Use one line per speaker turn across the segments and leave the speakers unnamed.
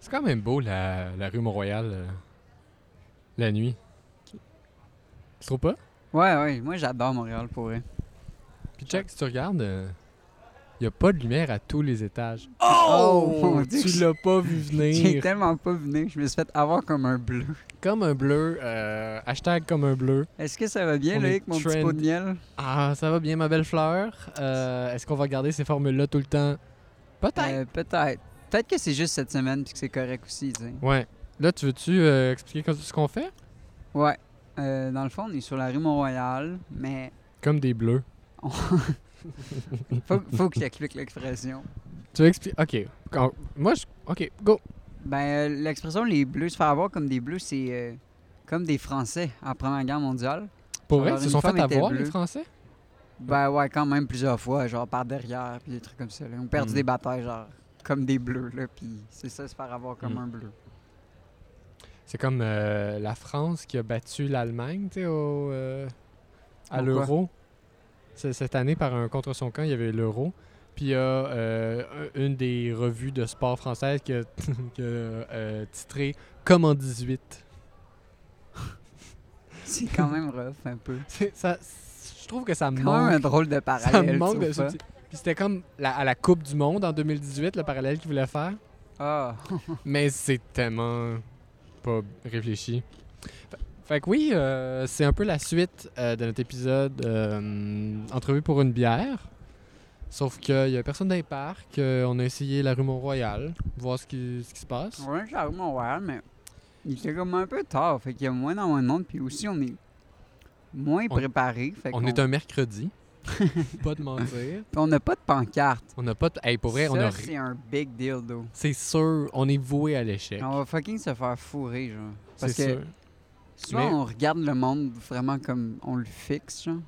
C'est quand même beau, la, la rue Mont-Royal, euh, la nuit. Tu trouves pas?
Ouais, ouais, moi j'adore Montréal pour vrai.
Puis check, si tu regardes, il n'y a pas de lumière à tous les étages.
Oh! Mon Dieu,
tu
que-
l'as pas vu
J'ai
venir.
tellement pas venu, je me suis fait avoir comme un bleu.
Comme un bleu, euh, hashtag comme un bleu.
Est-ce que ça va bien,
On
là,
est
avec mon petit pot de
trend.
miel?
Ah, ça va bien, ma belle fleur. Euh, Est-ce qu'on va garder ces formules-là tout le temps? Peut-être.
Euh, Peut-être. Peut-être que c'est juste cette semaine puis que c'est correct aussi, tu sais.
Ouais. Là, tu veux-tu euh, expliquer co- ce qu'on fait?
Ouais. Euh, dans le fond, on est sur la rue Mont-Royal, mais
Comme des bleus.
faut, faut que j'explique l'expression.
Tu veux expliquer? OK. Quand- Moi, je... OK, go.
Ben, euh, l'expression les bleus, se faire avoir comme des bleus, c'est euh, comme des Français en Première Guerre mondiale.
Pour
Genre,
vrai, ils se
une
sont
femme
fait
était
avoir, les
bleue.
Français?
Ben ouais, quand même plusieurs fois, genre par derrière, puis des trucs comme ça. là. Ils ont perdu
Mm.
des batailles, genre, comme des bleus, là, puis c'est ça, se faire avoir comme
Mm.
un bleu.
C'est comme euh, la France qui a battu l'Allemagne, tu sais, au, euh, à
Au quoi?
l'euro. C'est- Cette année, par un contre son camp, il y avait l'euro. Puis il y a euh, un- une des revues de sport française qui a, qui a, euh, titré Comme en 18.
C'est quand même rough, un peu.
C'est- ça- je trouve que ça
Quand même un
manque.
drôle de
Ça
parallèle. tu
manque de
trouves pas?
subtil- Puis c'était comme la- à la Coupe du Monde en 2018, le parallèle qu'ils voulaient faire.
Ah,
Mais c'est tellement pas réfléchi. Fait- Fait que oui, euh, c'est un peu la suite euh, de notre épisode euh, Entrevue pour une bière. Sauf qu'il y a personne dans les parcs. euh, on a essayé la rue Mont-Royal, voir ce qui, ce qui se passe.
on a charmé Montréal, mais il était comme un peu tard, fait qu'il y a moins dans mon monde, puis aussi on est moins
On-
préparé. Fait
On
qu'on-
est un mercredi. pas de mentir.
Puis on n'a pas de pancarte.
On n'a pas de. Hey, pour vrai, on
Ça,
a. ri-
c'est un big deal, though.
C'est sûr, on est voué à l'échec.
On va fucking se faire fourrer, genre.
C'est
Parce que
sûr.
souvent,
Mais-
on regarde le monde vraiment comme on le fixe, genre.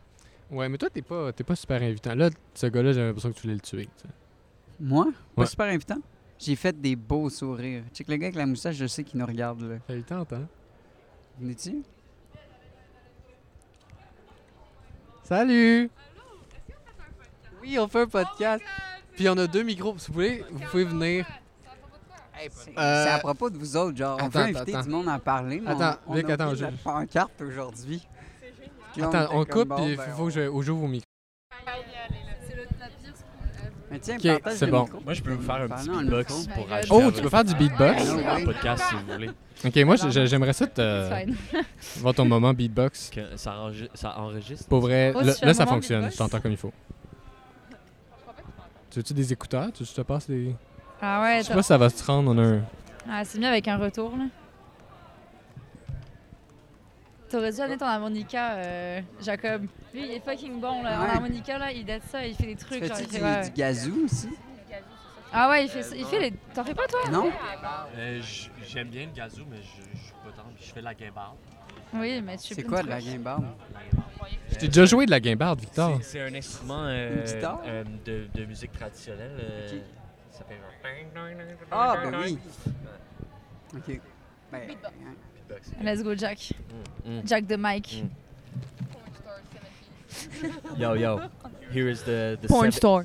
Ouais, mais toi, t'es pas, t'es pas super invitant. Là, ce gars-là, j'avais l'impression que tu voulais le tuer. tu sais.
Moi, pas
Ouais.
super invitant. J'ai fait des beaux sourires. Check le gars avec la moustache, je sais qu'il nous regarde, là.
Ça lui tente, hein?
Venez-tu?
Salut! Oui, on fait un podcast. Puis on a deux micros. Si vous voulez, vous pouvez venir.
C'est
Euh,
c'est à propos de vous autres, genre. on peut
attends,
inviter
attends.
du monde à parler, mais
Attends,
on, on
Vic,
a
attends,
oublié
je-
notre pancarte aujourd'hui. Puis là,
Attends,
était
on
comme,
coupe
bon,
puis il
ben,
faut que
on-
je j'ouvre vos micros.
Mais tiens,
Ok,
partage
c'est
le
bon.
micro.
Moi, je peux vous faire un
Parle
petit
dans le
beatbox
micro. Ah
pour rajouter
Oh, tu peux faire du beatbox?
oui.
un Ah, podcast si vous voulez.
Ok, moi j'ai- j'aimerais ça te... euh, voir ton moment beatbox.
Que ça, enregistre, ça enregistre.
Pour vrai,
Oh,
là,
tu fais
là,
un
ça
moment
fonctionne.
beatbox?
Je t'entends comme il faut. Tu veux-tu des écouteurs? Tu veux que je te passe des.
Ah ouais,
Je sais pas si ça va se rendre en un.
ah, c'est mieux avec un retour là. T'aurais dû amener ton harmonica, euh, Jacob. Lui, il est fucking bon là.
Ouais.
En harmonica là, il date ça, il fait des trucs. genre,
Fais-tu
il
du,
fait- ouais.
du gazou aussi?
Ah ouais, il fait, ça- il fait les. T'en fais pas toi
Non?
Euh, j- J'aime bien le gazou, mais je je suis pas tendre. Je fais de la guimbarde.
Oui, mais tu sais
C'est
plus
quoi
de
de la
trucs.
guimbarde?
J'ai déjà joué de la guimbarde, Victor.
C'est- C'est un instrument
Une
euh,
guitare?
euh, de, de musique traditionnelle. euh,
Ok.
Ça s'appelle un.
Ah, ben oui. Ok. Ben, hein.
Let's go, Jack.
Mm, mm.
Jack de Mike.
Yo, yo. Here is the, the
Porn
seven-
store.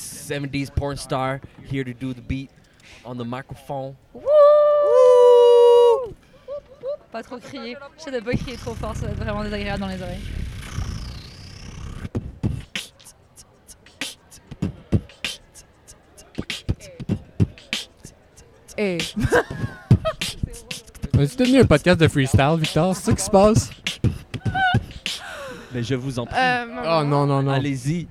70s.
70s porn star here to do the beat on the microphone.
Wouh! Pas trop crier. J'essaie de pas crier trop fort, ça va être vraiment désagréable dans les oreilles. Eh.
On est devenu un podcast de freestyle, Victor? C'est ça qui se passe?
Mais je vous en prie.
Euh,
Oh non, non, non.
Allez-y.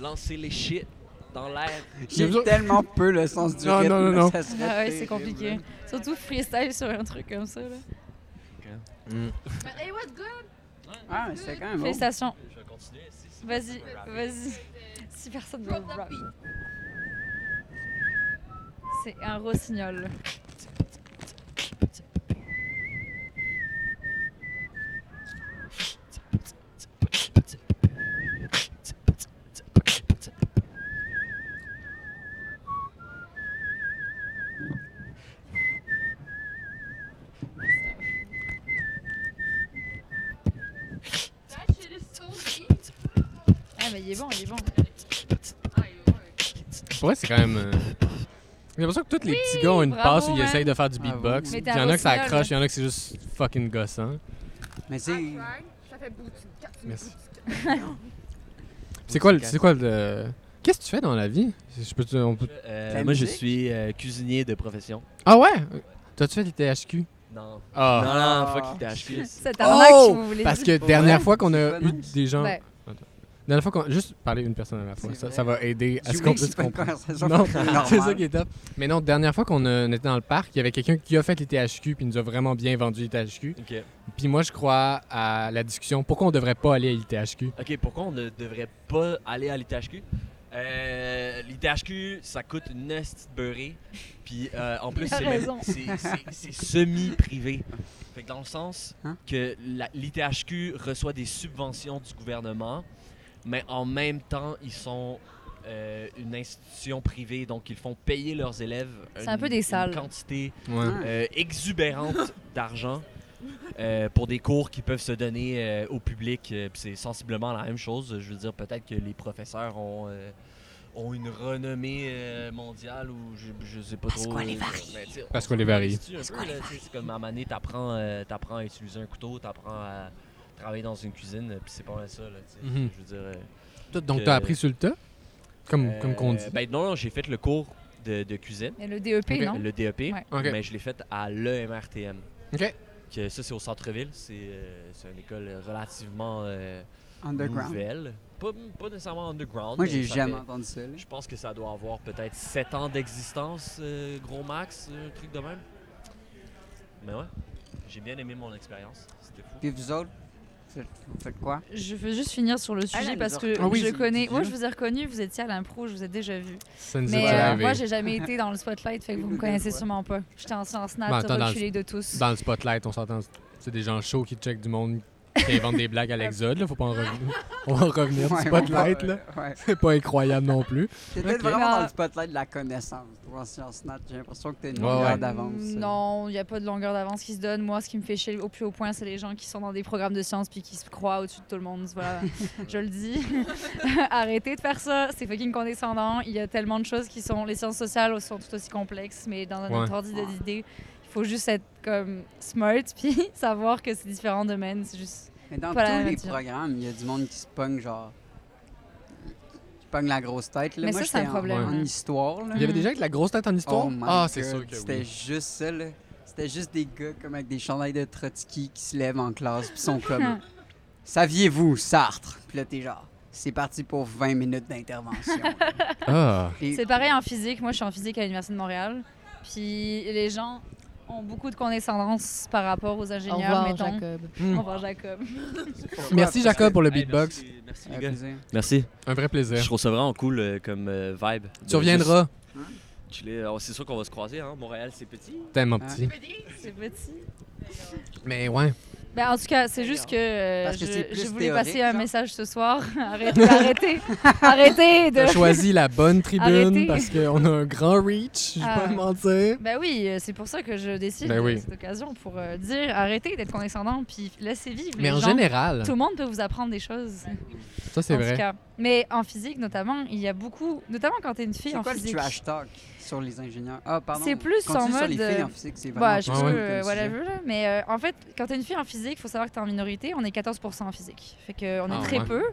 Lancez les shit dans l'air.
J'ai
besoin-
tellement peu le sens du
Non,
rythme.
non, non, non.
ça serait
Ah ouais, c'est
terrible.
compliqué. Surtout freestyle sur un truc comme ça. Là.
Ah, mais c'est quand même bon.
Félicitations.
Je vais continuer ici.
Vas-y, vas-y. Si personne veut rap. C'est un rossignol. Ah, mais il est bon, il est bon. Ah,
Pour vrai, c'est quand même. euh, J'ai l'impression que tous les petits gars ont une
bravo,
passe où ils
hein.
essayent de
Ah
faire du
Bravo.
beatbox.
Mais
Il
t'as
y en a que ça
Rossignol,
accroche, il y en a que c'est juste fucking gossant.
Mais c'est.
Ça fait bout de-
Merci. C'est quoi, le- c'est quoi le. Qu'est-ce que tu fais dans la vie? Je peux te- on peut-
Euh,
La
moi, je
musique?
suis euh, cuisinier de profession.
Ah ouais? T'as-tu fait des THQ?
Non.
Ah.
Non, non, fuck les
Ah.
THQ.
Cette arnaque,
Oh!
si vous voulez.
Parce que
Pour
dernière
vrai?
fois qu'on
C'est
a
pas
eu
nice.
des gens.
Ouais.
Attends. Dernière fois qu'on. Juste parler une personne à la fois.
C'est
Ça,
vrai.
ça va aider à
J'ai
ce qu'on
oublié
puisse
que c'est pas une
comprendre.
conversation
Non,
normale.
c'est ça qui est top. Mais non, dernière fois qu'on euh, on était dans le parc, il y avait quelqu'un qui a fait les THQ puis il nous a vraiment bien vendu les THQ.
Ok.
Puis moi, je crois à la discussion pourquoi on devrait pas aller à l'ITHQ.
OK, pourquoi on ne devrait pas aller à l'ITHQ? Euh, L'ITHQ, ça coûte une petite beurrée. Puis euh, en plus,
Il a
c'est même-
raison.
c'est- c'est- c'est semi-privé. Fait que dans le sens
Hein?
que la- l'ITHQ reçoit des subventions du gouvernement, mais en même temps, ils sont euh, une institution privée, donc ils font payer leurs élèves
C'est
une-
un peu des salles.
une quantité
Ouais.
euh, exubérante d'argent euh, pour des cours qui peuvent se donner euh, au public. euh, puis c'est sensiblement la même chose. Je veux dire, peut-être que les professeurs ont, euh, ont une renommée euh, mondiale ou je, je sais pas
Parce
trop.
qu'on les
euh,
varie.
mais tu sais, on
Parce
s'en
qu'on les varie.
fout un peu, là, tu sais, C'est comme à Mané, t'apprends, euh, t'apprends à utiliser un couteau, t'apprends à travailler dans une cuisine, euh, puis c'est pas mal ça. Là, tu sais.
Mhm.
Je veux dire. euh,
Toi, Donc,
que-
Euh.
t'as appris sur le tas? Comme, comme qu'on dit.
euh, ben non, non, j'ai fait le cours de, de cuisine,
Il y a le DEP,
Ok.
non?
le DEP,
Ouais.
Ok.
mais je l'ai fait à l'EMRTM.
Ok.
que ça, c'est au centre-ville. C'est euh, c'est une école relativement euh,
Underground.
nouvelle. Pas, pas nécessairement underground.
Moi,
mais
j'ai
ça
jamais
fait-
entendu ça. là.
Je pense que ça doit avoir peut-être 7 ans d'existence, euh, gros max, euh, un truc de même. Mais ouais, j'ai bien aimé mon expérience. C'était fou.
Puis vous autres, vous faites- vous faites quoi?
Je veux juste finir sur le
là,
sujet
les
parce que
Ah oui,
je
c'est-
connais.
dis-le.
Moi, je vous ai reconnu, vous étiez à l'impro, je vous ai déjà vu.
Ça nous est
Mais
déjà
euh,
arrivé.
moi, j'ai jamais été dans le spotlight, fait que vous
Une
me
ou deux
connaissez
fois.
sûrement pas. J'étais en, en snap,
Ben, attends, dans le-
reculé de tous.
Dans le spotlight, on s'entend. C'est des gens chauds qui checkent du monde, qui inventent des blagues à l'exode. Là. Faut pas en revenir. On va en revenir
Ouais,
du spotlight.
ouais,
Là.
ouais.
C'est pas incroyable non plus.
T'étais
Ok.
vraiment dans
Ah.
le spotlight de la connaissance. Toi, en sciences nat, j'ai l'impression que t'as une
Ouais,
longueur
ouais.
d'avance.
Mm, Non, il n'y a pas de longueur d'avance qui se donne. Moi, ce qui me fait chier au plus haut point, c'est les gens qui sont dans des programmes de sciences puis qui se croient au-dessus de tout le monde. Voilà, je le dis. Arrêtez de faire ça, c'est fucking condescendant. Il y a tellement de choses qui sont. Les sciences sociales sont tout aussi complexes, mais dans notre
Ouais.
ordre ordre d'idée- d'idée, il faut juste être comme smart puis savoir que c'est différents domaines. C'est juste.
Mais dans
Pas la
tous
même
les
nature.
programmes, il y a du monde qui se pogne, genre. qui pogne la grosse tête. Là.
Mais
Moi,
ça, c'est un
j'étais en-
problème,
En,
hein.
histoire, là.
Il y avait déjà avec la grosse tête en histoire.
Oh my
ah, c'est
God,
sûr que
C'était
oui.
juste ça, là. C'était juste des gars comme avec des chandails de Trotsky qui se lèvent en classe puis sont comme Saviez-vous, Sartre? Puis là, t'es genre, c'est parti pour 20 minutes d'intervention.
Ah.
Puis-
C'est pareil en physique. Moi, je suis en physique à l'Université de Montréal. Puis les gens ont beaucoup de condescendance par rapport aux
Au
ingénieurs,
revoir,
mettons.
Jacob.
Au
Mm.
revoir, Jacob.
Merci Jacob pour le
Hey,
beatbox.
merci, merci, les
Un
gars.
plaisir.
Merci.
Un vrai
Je
plaisir.
trouve ça vraiment cool euh, comme euh, vibe.
Tu reviendras.
Juste chiller. Alors, euh, C'est sûr qu'on va se croiser. Hein? Montréal, c'est petit.
Tellement
Ah.
petit.
C'est petit.
Mais ouais.
Ben, en tout cas, c'est juste que, euh,
Parce que
je,
c'est plus
je voulais
théorique,
passer un
genre.
message ce soir. arrêtez, arrêtez, arrêtez de...
T'as choisi la bonne tribune
Arrêtez.
parce qu'on a un grand reach. Je vais pas
Ah.
te mentir.
Ben oui, euh, c'est pour ça que je décide
Ben
de
oui.
cette occasion pour euh, dire arrêtez d'être condescendant puis laissez vivre
Mais
les
en
gens.
général,
Tout le monde peut vous apprendre des choses.
ça c'est
en tout
vrai.
cas. Mais en physique, notamment, il y a beaucoup, notamment quand t'es une fille
C'est
en
quoi le
physique.
trash talk sur les ingénieurs? Ah, pardon.
C'est plus
Continue
en
sur les
mode,
filles
euh,
en physique, c'est vraiment
Bah, je
Ah
peux,
ouais.
euh,
comme sujet.
whatever, là. Mais euh, en fait, quand t'es une fille en physique, faut savoir que t'es en minorité. On est 14% en physique. Fait qu'on est
Ah
très
ouais.
peu.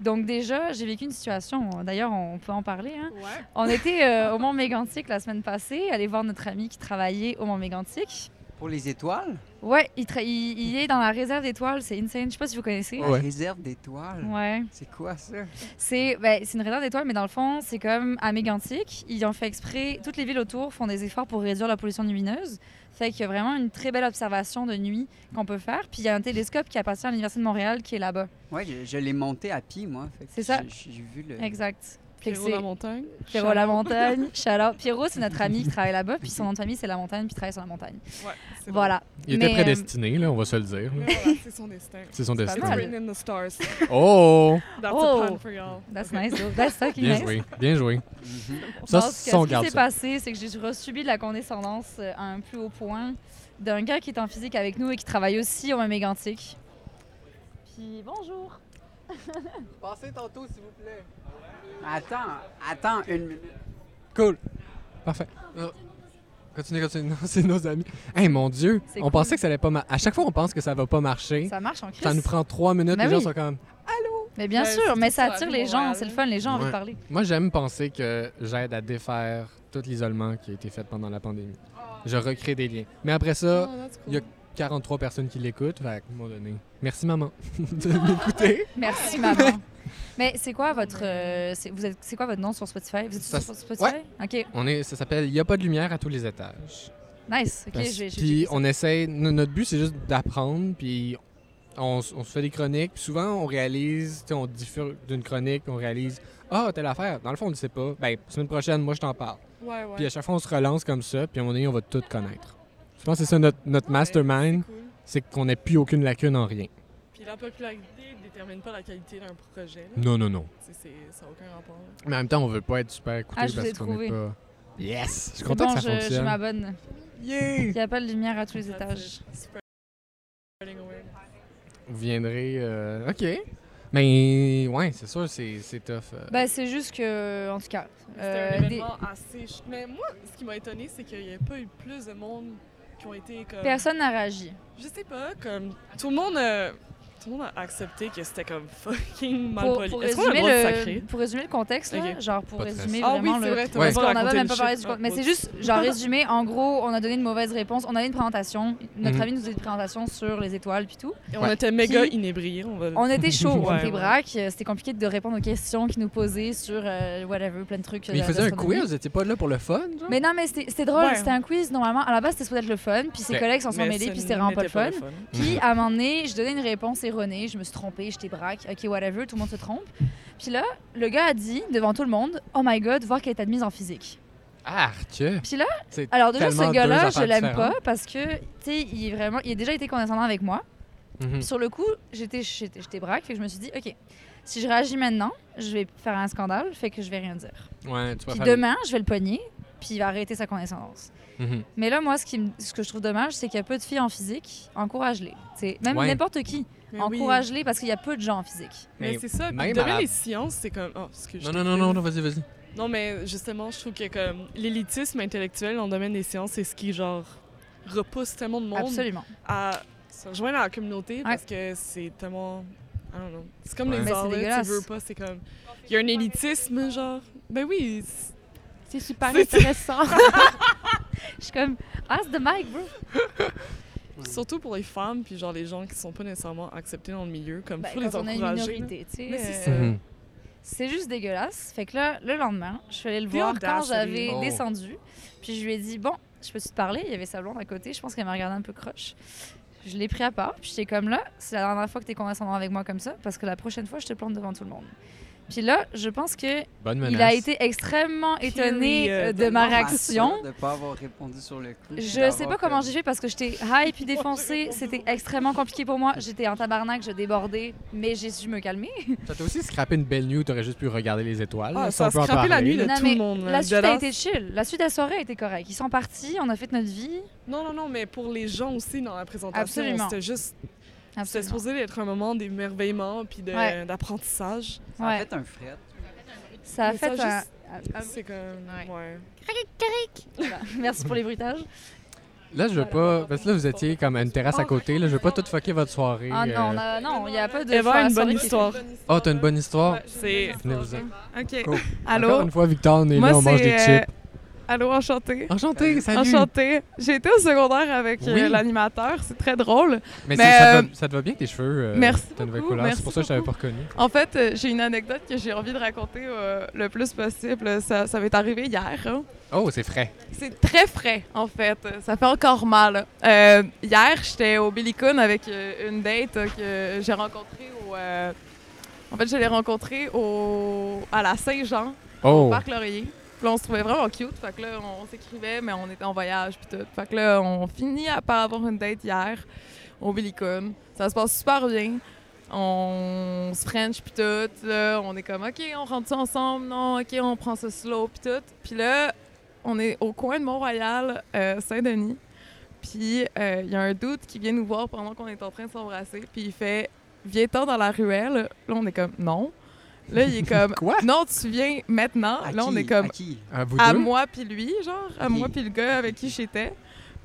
Donc déjà, j'ai vécu une situation. euh, D'ailleurs, on peut en parler. Hein.
Ouais.
On était euh, au Mont-Mégantic la semaine passée, aller voir notre ami qui travaillait au Mont-Mégantic.
Pour les étoiles?
Ouais, il, tra- il, il est dans la réserve d'étoiles, c'est insane, je sais pas si vous connaissez.
Ouais.
La réserve d'étoiles?
Ouais.
C'est quoi ça?
C'est ben, c'est une réserve d'étoiles, mais dans le fond, c'est comme à Mégantic, ils ont fait exprès, toutes les villes autour font des efforts pour réduire la pollution lumineuse. Fait qu'il y a vraiment une très belle observation de nuit qu'on peut faire. Puis il y a un télescope qui appartient à l'Université de Montréal qui est là-bas.
Ouais, je, je l'ai monté à pied, moi. fait que
C'est ça.
j'ai- J'ai vu le.
Exact. Fait que
Pierrot la
c'est-
montagne.
Pierrot La Montagne, shout out. Pierrot, c'est notre ami qui travaille là-bas, puis son nom de famille, c'est La Montagne, puis il travaille sur la montagne.
Ouais, c'est
Voilà.
Il était
Mais, euh,
prédestiné, là, on va se le dire.
bon. Mais voilà, c'est son destin.
C'est son
It's
destin.
mal.
written in the stars.
Oh!
That's
Oh.
a pun for y'all.
That's nice, though. That's fucking
Bien
nice.
joué, bien joué.
Mhm.
Ça,
Parce que
ça, on
ce
garde
qui s'est
ça.
passé, c'est que j'ai resubi de la condescendance euh, à un plus haut point d'un gars qui est en physique avec nous et qui travaille aussi au E mégantique. Puis bonjour.
Passez tantôt, s'il vous plaît. Attends, attends une minute. Cool.
Parfait. Non. Continuez, continuez. Non, c'est nos amis. Hey, mon Dieu!
C'est
on
cool.
pensait que ça allait pas marcher. À chaque fois, on pense que ça va pas marcher. Ça,
Ça marche en crise.
nous prend trois minutes.
Ben
les gens
oui.
sont comme.
Mais bien
Ben,
sûr,
surtout
mais ça
sur la
attire
rue
les gens,
Montréal.
c'est le fun, les gens ont envie de
Ouais.
parler.
Moi, j'aime penser que j'aide à défaire tout l'isolement qui a été fait pendant la pandémie. Je recrée des liens. Mais après
Ah,
ça,
Oh, that's cool.
il y a 43 personnes qui l'écoutent. Fait à un moment donné, merci maman de m'écouter.
Merci maman. Mais c'est quoi votre euh, c'est, vous êtes c'est quoi votre nom sur Spotify Vous êtes
Ça-
sur Spotify OK.
On est, ça s'appelle Il n'y a pas de lumière à tous les étages.
Nice. OK,
Parce-
j'ai j'ai-
puis
j'ai-
on essaie, no- notre but c'est juste d'apprendre, puis on, s- on se fait des chroniques. Puis souvent on réalise, tu sais, on diffère d'une chronique, puis on réalise, ah, telle affaire. Dans le fond, on ne sait pas. Ben, semaine prochaine, moi je t'en parle.
Ouais, ouais.
Puis à chaque fois, on se relance comme ça, puis à un moment donné, on va tout connaître. Je pense que c'est ça notre, notre mastermind,
Cool.
c'est qu'on n'ait plus aucune lacune en rien.
Puis la popularité ne détermine pas la qualité d'un projet. là.
Non, non, non.
C'est- c'est- Ça n'a aucun rapport. là.
Mais en même temps, on veut pas être super écouté
Ah, je vous
parce
ai
qu'on n'est
trouvé.
pas. Yes! Je suis
C'est
content
bon,
que ça
je, je
fonctionne.
m'abonne.
Yeah!
Il n'y a pas de lumière à tous les
That's
étages.
it. Spread- spreading awareness.
Vous viendrez. euh, OK. Mais ouais, c'est sûr, c'est c'est tough. euh.
Ben, c'est juste que, en tout cas,
C'était
euh,
un
des-
événement assez... ch- Mais moi, ce qui m'a étonné, c'est qu'il n'y a pas eu plus de monde qui ont été comme...
personne n'a réagi.
Je sais pas, comme... Tout le monde... euh, Tout le monde a accepté que c'était comme fucking mal
Pour,
poli.
pour
Est-ce qu'on a le
résumer
droit de
le,
sacrer?
pour résumer le contexte, là,
Ok.
genre pour
Pas de
résumer
Ah oui,
vraiment
c'est
le...
vrai, t'as
Ouais.
raison,
Parce qu'on n'avait
raconter
même
le
pas
shit.
parlé du
Ah,
contexte. Mais c'est
oups.
juste, genre résumé, en gros, on a donné une mauvaise réponse. On a une présentation. Notre
Mhm.
ami nous a une présentation sur les étoiles puis tout.
Et
Ouais.
on était méga
Qui-
inébriés, on va le
On était chaud, on
Ouais,
était
ouais.
braque. euh, C'était compliqué de répondre aux questions qu'ils nous posaient sur euh, whatever, plein de trucs. euh,
Mais il faisait un
d'astronomie.
quiz, vous étiez pas là pour le fun, genre?
Mais non, mais c'était c'était drôle.
Ouais.
C'était un quiz. Normalement, à la base, c'était supposé être le fun. Puis ses
Ouais.
collègues s'en sont
Mais
mêlés.
ce
Puis c'était vraiment pas le fun.
n'était fun.
Puis à un moment donné, je donnais une réponse erronée, je me suis trompée, j'étais braque, ok whatever, tout le monde se trompe. Puis là, le gars a dit devant tout le monde, oh my god, voir qu'elle est admise en physique.
Ah, que.
Puis là,
C'est
alors déjà
tellement
ce gars-là,
deux
je
affaires
l'aime pas
différentes.
parce que tu sais, il est vraiment, il a déjà été condescendant avec moi.
Mhm.
Puis sur le coup, j'étais, j'étais, j'étais braque, fait que je me suis dit, ok, si je réagis maintenant, je vais faire un scandale, fait que je vais rien dire.
Ouais, tu vas
Puis
faire-
demain, je vais le pogner, puis il va arrêter sa condescendance.
Mhm.
Mais là, moi, ce, qui me- ce que je trouve dommage, c'est qu'il y a peu de filles en physique. Encourage-les. C'est Même
Ouais.
n'importe qui.
Mais oui.
Encourage-les parce qu'il y a peu de gens en physique.
Mais,
Mais
c'est ça,
même
puis
à la-
donner les sciences, c'est comme... Oh, excuse,
Non,
je
non,
te
non,
fais-
non, non, vas-y, vas-y.
Non, mais justement, je trouve que comme l'élitisme intellectuel dans le domaine des sciences, c'est ce qui, genre, repousse tellement de monde
Absolument.
à se rejoindre à la communauté parce que c'est tellement. I don't know. C'est comme
Ouais.
les
Mais
arts,
c'est
là,
dégueulasse.
tu veux pas, c'est comme. Il y a un élitisme, genre. Ben oui, c'est-
C'est super
C'est-
intéressant. je suis comme, ask the mic, bro.
surtout pour les femmes, puis genre les gens qui sont pas nécessairement acceptés dans le milieu, comme
Ben,
faut les
quand on a une
encourager. là.
minorité, tu sais.
Mais c'est
euh,
ça.
Mhm.
C'est juste dégueulasse. Fait que là, le lendemain, je suis allée le
Des
voir quand
audaces,
j'avais
lui. Oh.
descendu. Puis je lui ai dit, bon, je peux-tu te parler? Il y avait sa blonde à côté. Je pense qu'elle m'a regardé un peu croche. Je l'ai pris à part. Puis j'étais comme là, c'est la dernière fois que t'es condescendant avec moi comme ça. Parce que la prochaine fois, je te plante devant tout le monde. Puis là, je pense que
Bonne menace.
il a été extrêmement étonné euh, de ma réaction.
De pas avoir répondu sur le coup.
Je sais pas comment j'ai fait parce que j'étais high puis défoncée. C'était extrêmement compliqué pour moi. J'étais en tabarnak, je débordais, mais j'ai su me calmer.
Ça t'a aussi scrappé une belle nuit où t'aurais juste pu regarder les étoiles.
Ah,
là,
ça
si
a
on peut en
scrappé la
parler.
nuit, là. De tout le monde,
la
hein,
suite a
dégueulasse.
été chill. La suite de la soirée a été correcte. Ils sont partis, on a fait notre vie.
Non, non, non, mais pour les gens aussi dans la présentation,
Absolument.
c'était juste. C'était
Absolument.
supposé être un moment d'émerveillement, puis de-
Ouais.
d'apprentissage.
Ça a
Ouais.
fait un fret.
Ça a
Mais
fait
ça
un-
juste-
un-
C'est comme.
Ouais.
ouais.
Voilà. Merci pour les bruitages.
Là, je veux pas. Parce que là, vous étiez comme à une
Ah,
terrasse à côté. Là, je veux pas tout fucker votre soirée.
Ah non,
euh.
on a- non, il n'y a pas de.
Eva a une bonne
soirée qui-
histoire.
Ah, t'as une bonne histoire.
Ouais, c'est.
Venez vous en.
OK.
Cool. Encore
Allô?
une fois, Victor, on est
Moi,
là, on mange des
c'est. euh,
chips.
Allô, enchanté.
Enchanté, salut.
Enchanté. J'ai été au secondaire avec euh,
Oui.
l'animateur. C'est très drôle.
Mais,
Mais,
c'est- ça, te
euh,
va, ça te va bien tes cheveux. euh,
merci
ta nouvelle
beaucoup,
couleur. C'est
merci
pour ça que je t'avais pas reconnu.
En fait, euh, j'ai une anecdote que j'ai envie de raconter euh, le plus possible. Ça, ça m'est arrivé hier. hein.
Oh, c'est frais.
C'est très frais, en fait. Euh, Ça fait encore mal. Euh, hier, j'étais au Billy Coon avec euh, une date euh, que j'ai rencontrée au... euh, en fait, je l'ai rencontrée au, à la Saint-Jean, au
Oh.
Parc Laurier. Puis là, on se trouvait vraiment cute. Fait que là, on s'écrivait, mais on était en voyage puis tout. Fait que là, on finit à- par avoir une date hier au Billy Coon. Ça se passe super bien. On se French puis tout. Là, on est comme, OK, on rentre ça ensemble. Non, OK, on prend ce slow puis tout. Puis là, on est au coin de Mont-Royal, euh, Saint-Denis. Puis euh, il y a un doute qui vient nous voir pendant qu'on est en train de s'embrasser. Puis il fait, viens-t'en dans la ruelle. Là, on est comme, non. Là, il est comme
Quoi?
Non, tu viens maintenant.
À
là, on
qui?
est comme
À qui?
À vous
à
deux?
moi puis lui, genre, à
Ok.
moi puis le gars avec qui j'étais.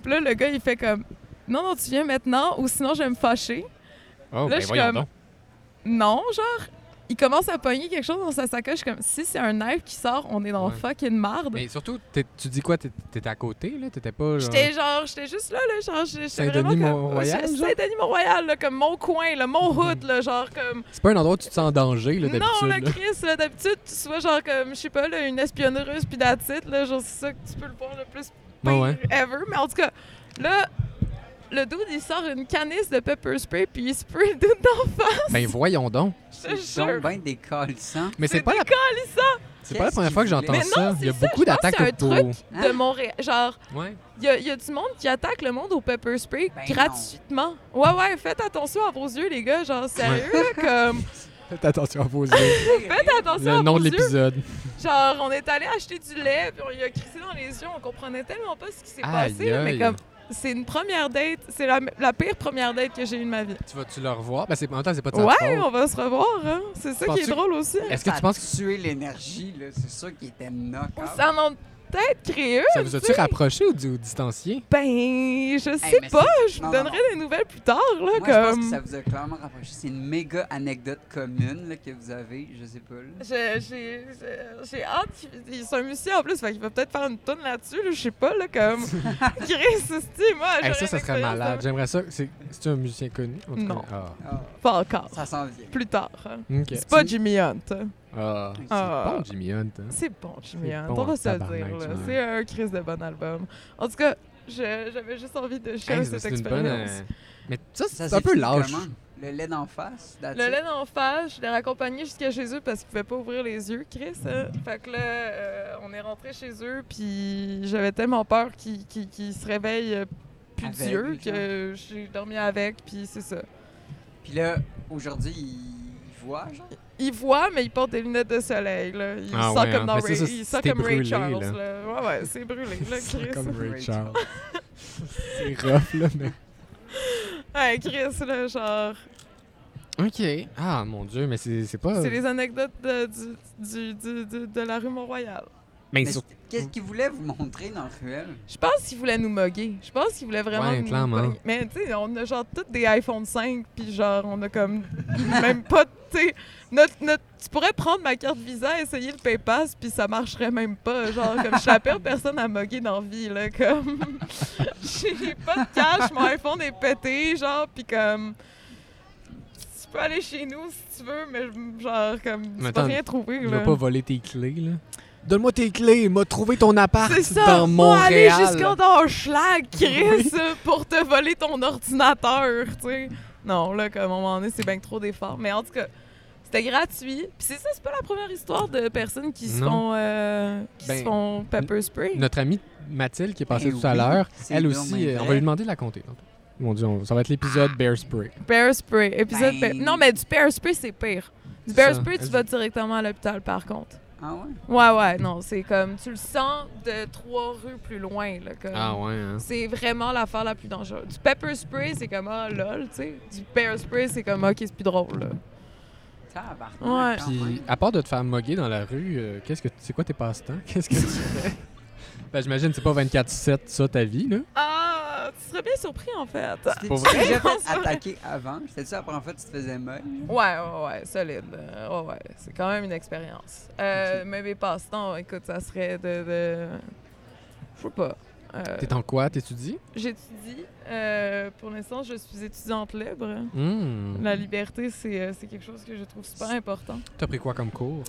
Puis là, le gars, il fait comme Non, non, tu viens maintenant ou sinon je vais me fâcher.
Oh,
là,
ben
je suis
voyons
comme-
donc.
Non, genre, il commence à pogner quelque chose dans sa sacoche. comme Si c'est un knife qui sort, on est dans
Ouais.
fucking marde.
Mais surtout, t'es- tu dis quoi? T'é- T'étais à côté, là? T'étais pas... genre-
J'étais genre, j'étais juste là, là, genre, j'étais
Saint-Denis,
vraiment comme-
Mont-Royal,
Saint-
genre?
Saint-Denis, Mont-Royal, là, comme mon coin, là, mon hood, là, genre, comme.
C'est pas un endroit où tu te sens en danger, là, d'habitude.
non, là,
là.
Chris, là, d'habitude, tu sois genre comme, je sais pas, là, une espionneuse puis that's it, là, genre, c'est ça que tu peux le voir le plus
Ouais,
pire
ouais.
ever. Mais en tout cas, là, le dude, il sort une canisse de pepper spray puis il spray le dude d'en face.
Ben voyons donc.
Je te
Ils ont
jure.
bien des colissants.
Mais c'est
C'est
pas la,
décalissant
c'est pas la
Qu'est-ce Hein?
première fois que
qu'ils
j'entends
voulaient? Mais
ça.
non,
Il y a
c'est ça,
beaucoup
je pense que
d'attaques
c'est un
autour.
de Montréal. Genre,
Ouais.
il y, a- il y a du monde qui attaque le monde au pepper spray
Ben non.
gratuitement. Ouais, ouais, faites attention à vos yeux, les gars. Genre, sérieux, là, comme,
Faites attention à vos yeux.
faites attention à
Le nom
vos
de
yeux.
l'épisode.
Genre, on est allé acheter du lait, puis on lui a crissé dans les yeux, on comprenait tellement pas ce qui s'est
Aïe,
passé, là, mais
aïe.
comme, c'est une première date, c'est la, la pire première date que j'ai eue de ma vie.
Tu vas-tu le revoir? Ben, c'est, en même temps, c'est pas de sa
Ouais,
faute.
on va se revoir, hein. C'est ça qui est
Penses-tu-
drôle aussi.
Est-ce que
Ça
tu
a
penses que
tué l'énergie, là. C'est sûr qu'il était knock
On s'en a peut-être créé eux,
ça vous a-tu
tu sais.
rapproché ou, du- ou distancié?
Ben, je sais
mais
pas,
c'est-
je
non,
vous
non,
donnerai des nouvelles plus tard, là,
Moi, je
comme...
pense que ça vous a clairement rapproché. C'est une méga anecdote commune là, que vous avez, je sais pas. là.
J'ai- J'ai j'ai- j'ai hâte. qu'il- il- C'est un musicien en plus, fait qu'il va peut-être faire une tonne là-dessus, là, je sais pas, là, comme. Chris, c'est moi.
Hey,
j'aurais
ça, ça
une
serait
expérience de-
malade. J'aimerais ça. C'est, c'est un musicien connu? En tout cas,
hein. Non.
ah.
Ah,
Pas encore.
ça s'en vient.
Plus tard. hein.
Ok.
C'est pas Jimmy Hunt. hein.
Ah.
C'est
Ah.
Bon, Jimmy Hunt. hein.
C'est bon, Jimmy
C'est
Hunt.
bon,
on va se le dire.
tabarnak,
là.
Jimmy
C'est un Chris de bon album. En tout cas, je- j'avais juste envie de share
Hey, c'est,
cette
une bonne...
expérience.
euh, Mais ça, c'est,
Ça
un peu
s'écrit
lâche.
comment? Le lait d'en face? that's
Le
it?
lait en face, je l'ai raccompagné jusqu'à chez eux parce qu'ils pouvaient pas ouvrir les yeux, Chris. hein. Fait que là, euh, on est rentré chez eux, puis j'avais tellement peur qu'ils qu'ils- qu'ils se réveillent euh, plus
Aveugle,
d'yeux
genre.
que j'ai dormi avec, puis c'est ça.
Puis là, aujourd'hui, il voit, genre?
Ils voient, mais ils portent des lunettes de soleil. Là. Ils
Ah
sentent
ouais, hein.
comme dans
Mais ça,
Ray,
ça,
ils sentent
c'était
comme Ray
brûlé,
Charles.
là.
là. Ouais, ouais, c'est brûlé, là, Chris.
comme Ray
Ray
Charles. c'est rough, là, mais...
Ouais, Chris, là, genre.
OK. Ah, mon Dieu, mais c'est, c'est pas... euh,
C'est les anecdotes de, du, du- du- du- de la rue Mont-Royal.
Mais
Mais
sur-
c'était- Qu'est-ce qu'il voulait vous montrer dans le ruelle?
Je pense qu'ils voulaient nous moguer. Je pense qu'ils voulaient vraiment.
Ouais,
nous
clairement.
pogner. Mais tu sais, on a genre toutes des iPhone 5, puis genre, on a comme même pas. Tu sais, notre, notre- tu pourrais prendre ma carte Visa, essayer le PayPass, puis ça marcherait même pas. Genre, comme je suis la pire personne à moguer dans la vie, là. Comme. J'ai pas de cash, mon iPhone est pété, genre, puis comme. Tu peux aller chez nous si tu veux, mais genre, comme. Tu
Mais
peux
attends,
rien trouver,
Je
là.
vais pas voler tes clés, là. Donne-moi tes clés, m'a trouvé ton appart
C'est ça,
dans
faut aller
Montréal.
jusqu'en Dorschlag, Chris, pour te voler ton ordinateur, tu sais. Non, là, comme à un moment donné, c'est bien que trop d'efforts. Mais en tout cas, c'était gratuit. Puis c'est ça, c'est pas la première histoire de personnes qui se
Non.
font, euh, qui se
Ben,
font pepper spray.
Notre amie Mathilde qui est passée
Eh
tout à
oui,
l'heure,
c'est
elle
donc
aussi,
bien
euh, on
vrai.
va lui demander de la compter. tantôt. Mon Dieu, on- ça va être l'épisode
Ah.
Bear Spray.
Bear spray, épisode.
Ben-
pe- Non, mais du bear spray, c'est pire. Du
C'est
bear
ça.
spray, tu
Elle-
vas directement à l'hôpital, par contre.
Ah ouais?
Ouais, ouais, non, c'est comme tu le sens de trois rues plus loin, là. Comme.
Ah ouais, hein?
C'est vraiment l'affaire la plus dangereuse. Du pepper spray, c'est comme ah lol, tu sais. Du bear spray, c'est comme ok, c'est plus drôle. Là.
Tabarnak,
Ouais.
quand
Puis,
même.
à part de te faire moguer dans la rue, euh, qu'est-ce que c'est quoi tes passe-temps? Qu'est-ce que tu fais? Ben, j'imagine que c'est pas 24-7 ça ta vie, là.
Ah, tu serais bien surpris en fait.
Tu
Pour
t'es- tu
vrai?
t'es déjà
Non, c'est
fait
vrai.
attaquer avant? C'était ça, après, en fait, tu te faisais meule?
Ouais, oh. ouais, ouais, solide. Euh, Ouais, ouais, c'est quand même une expérience. Euh, Mais mes passe-temps, écoute, ça serait de, de... je sais pas. Euh,
T'es en quoi? T'étudies?
J'étudie. Euh, pour l'instant, je suis étudiante libre.
Hmm.
La liberté, c'est euh, c'est quelque chose que je trouve super important.
T'as pris quoi comme cours?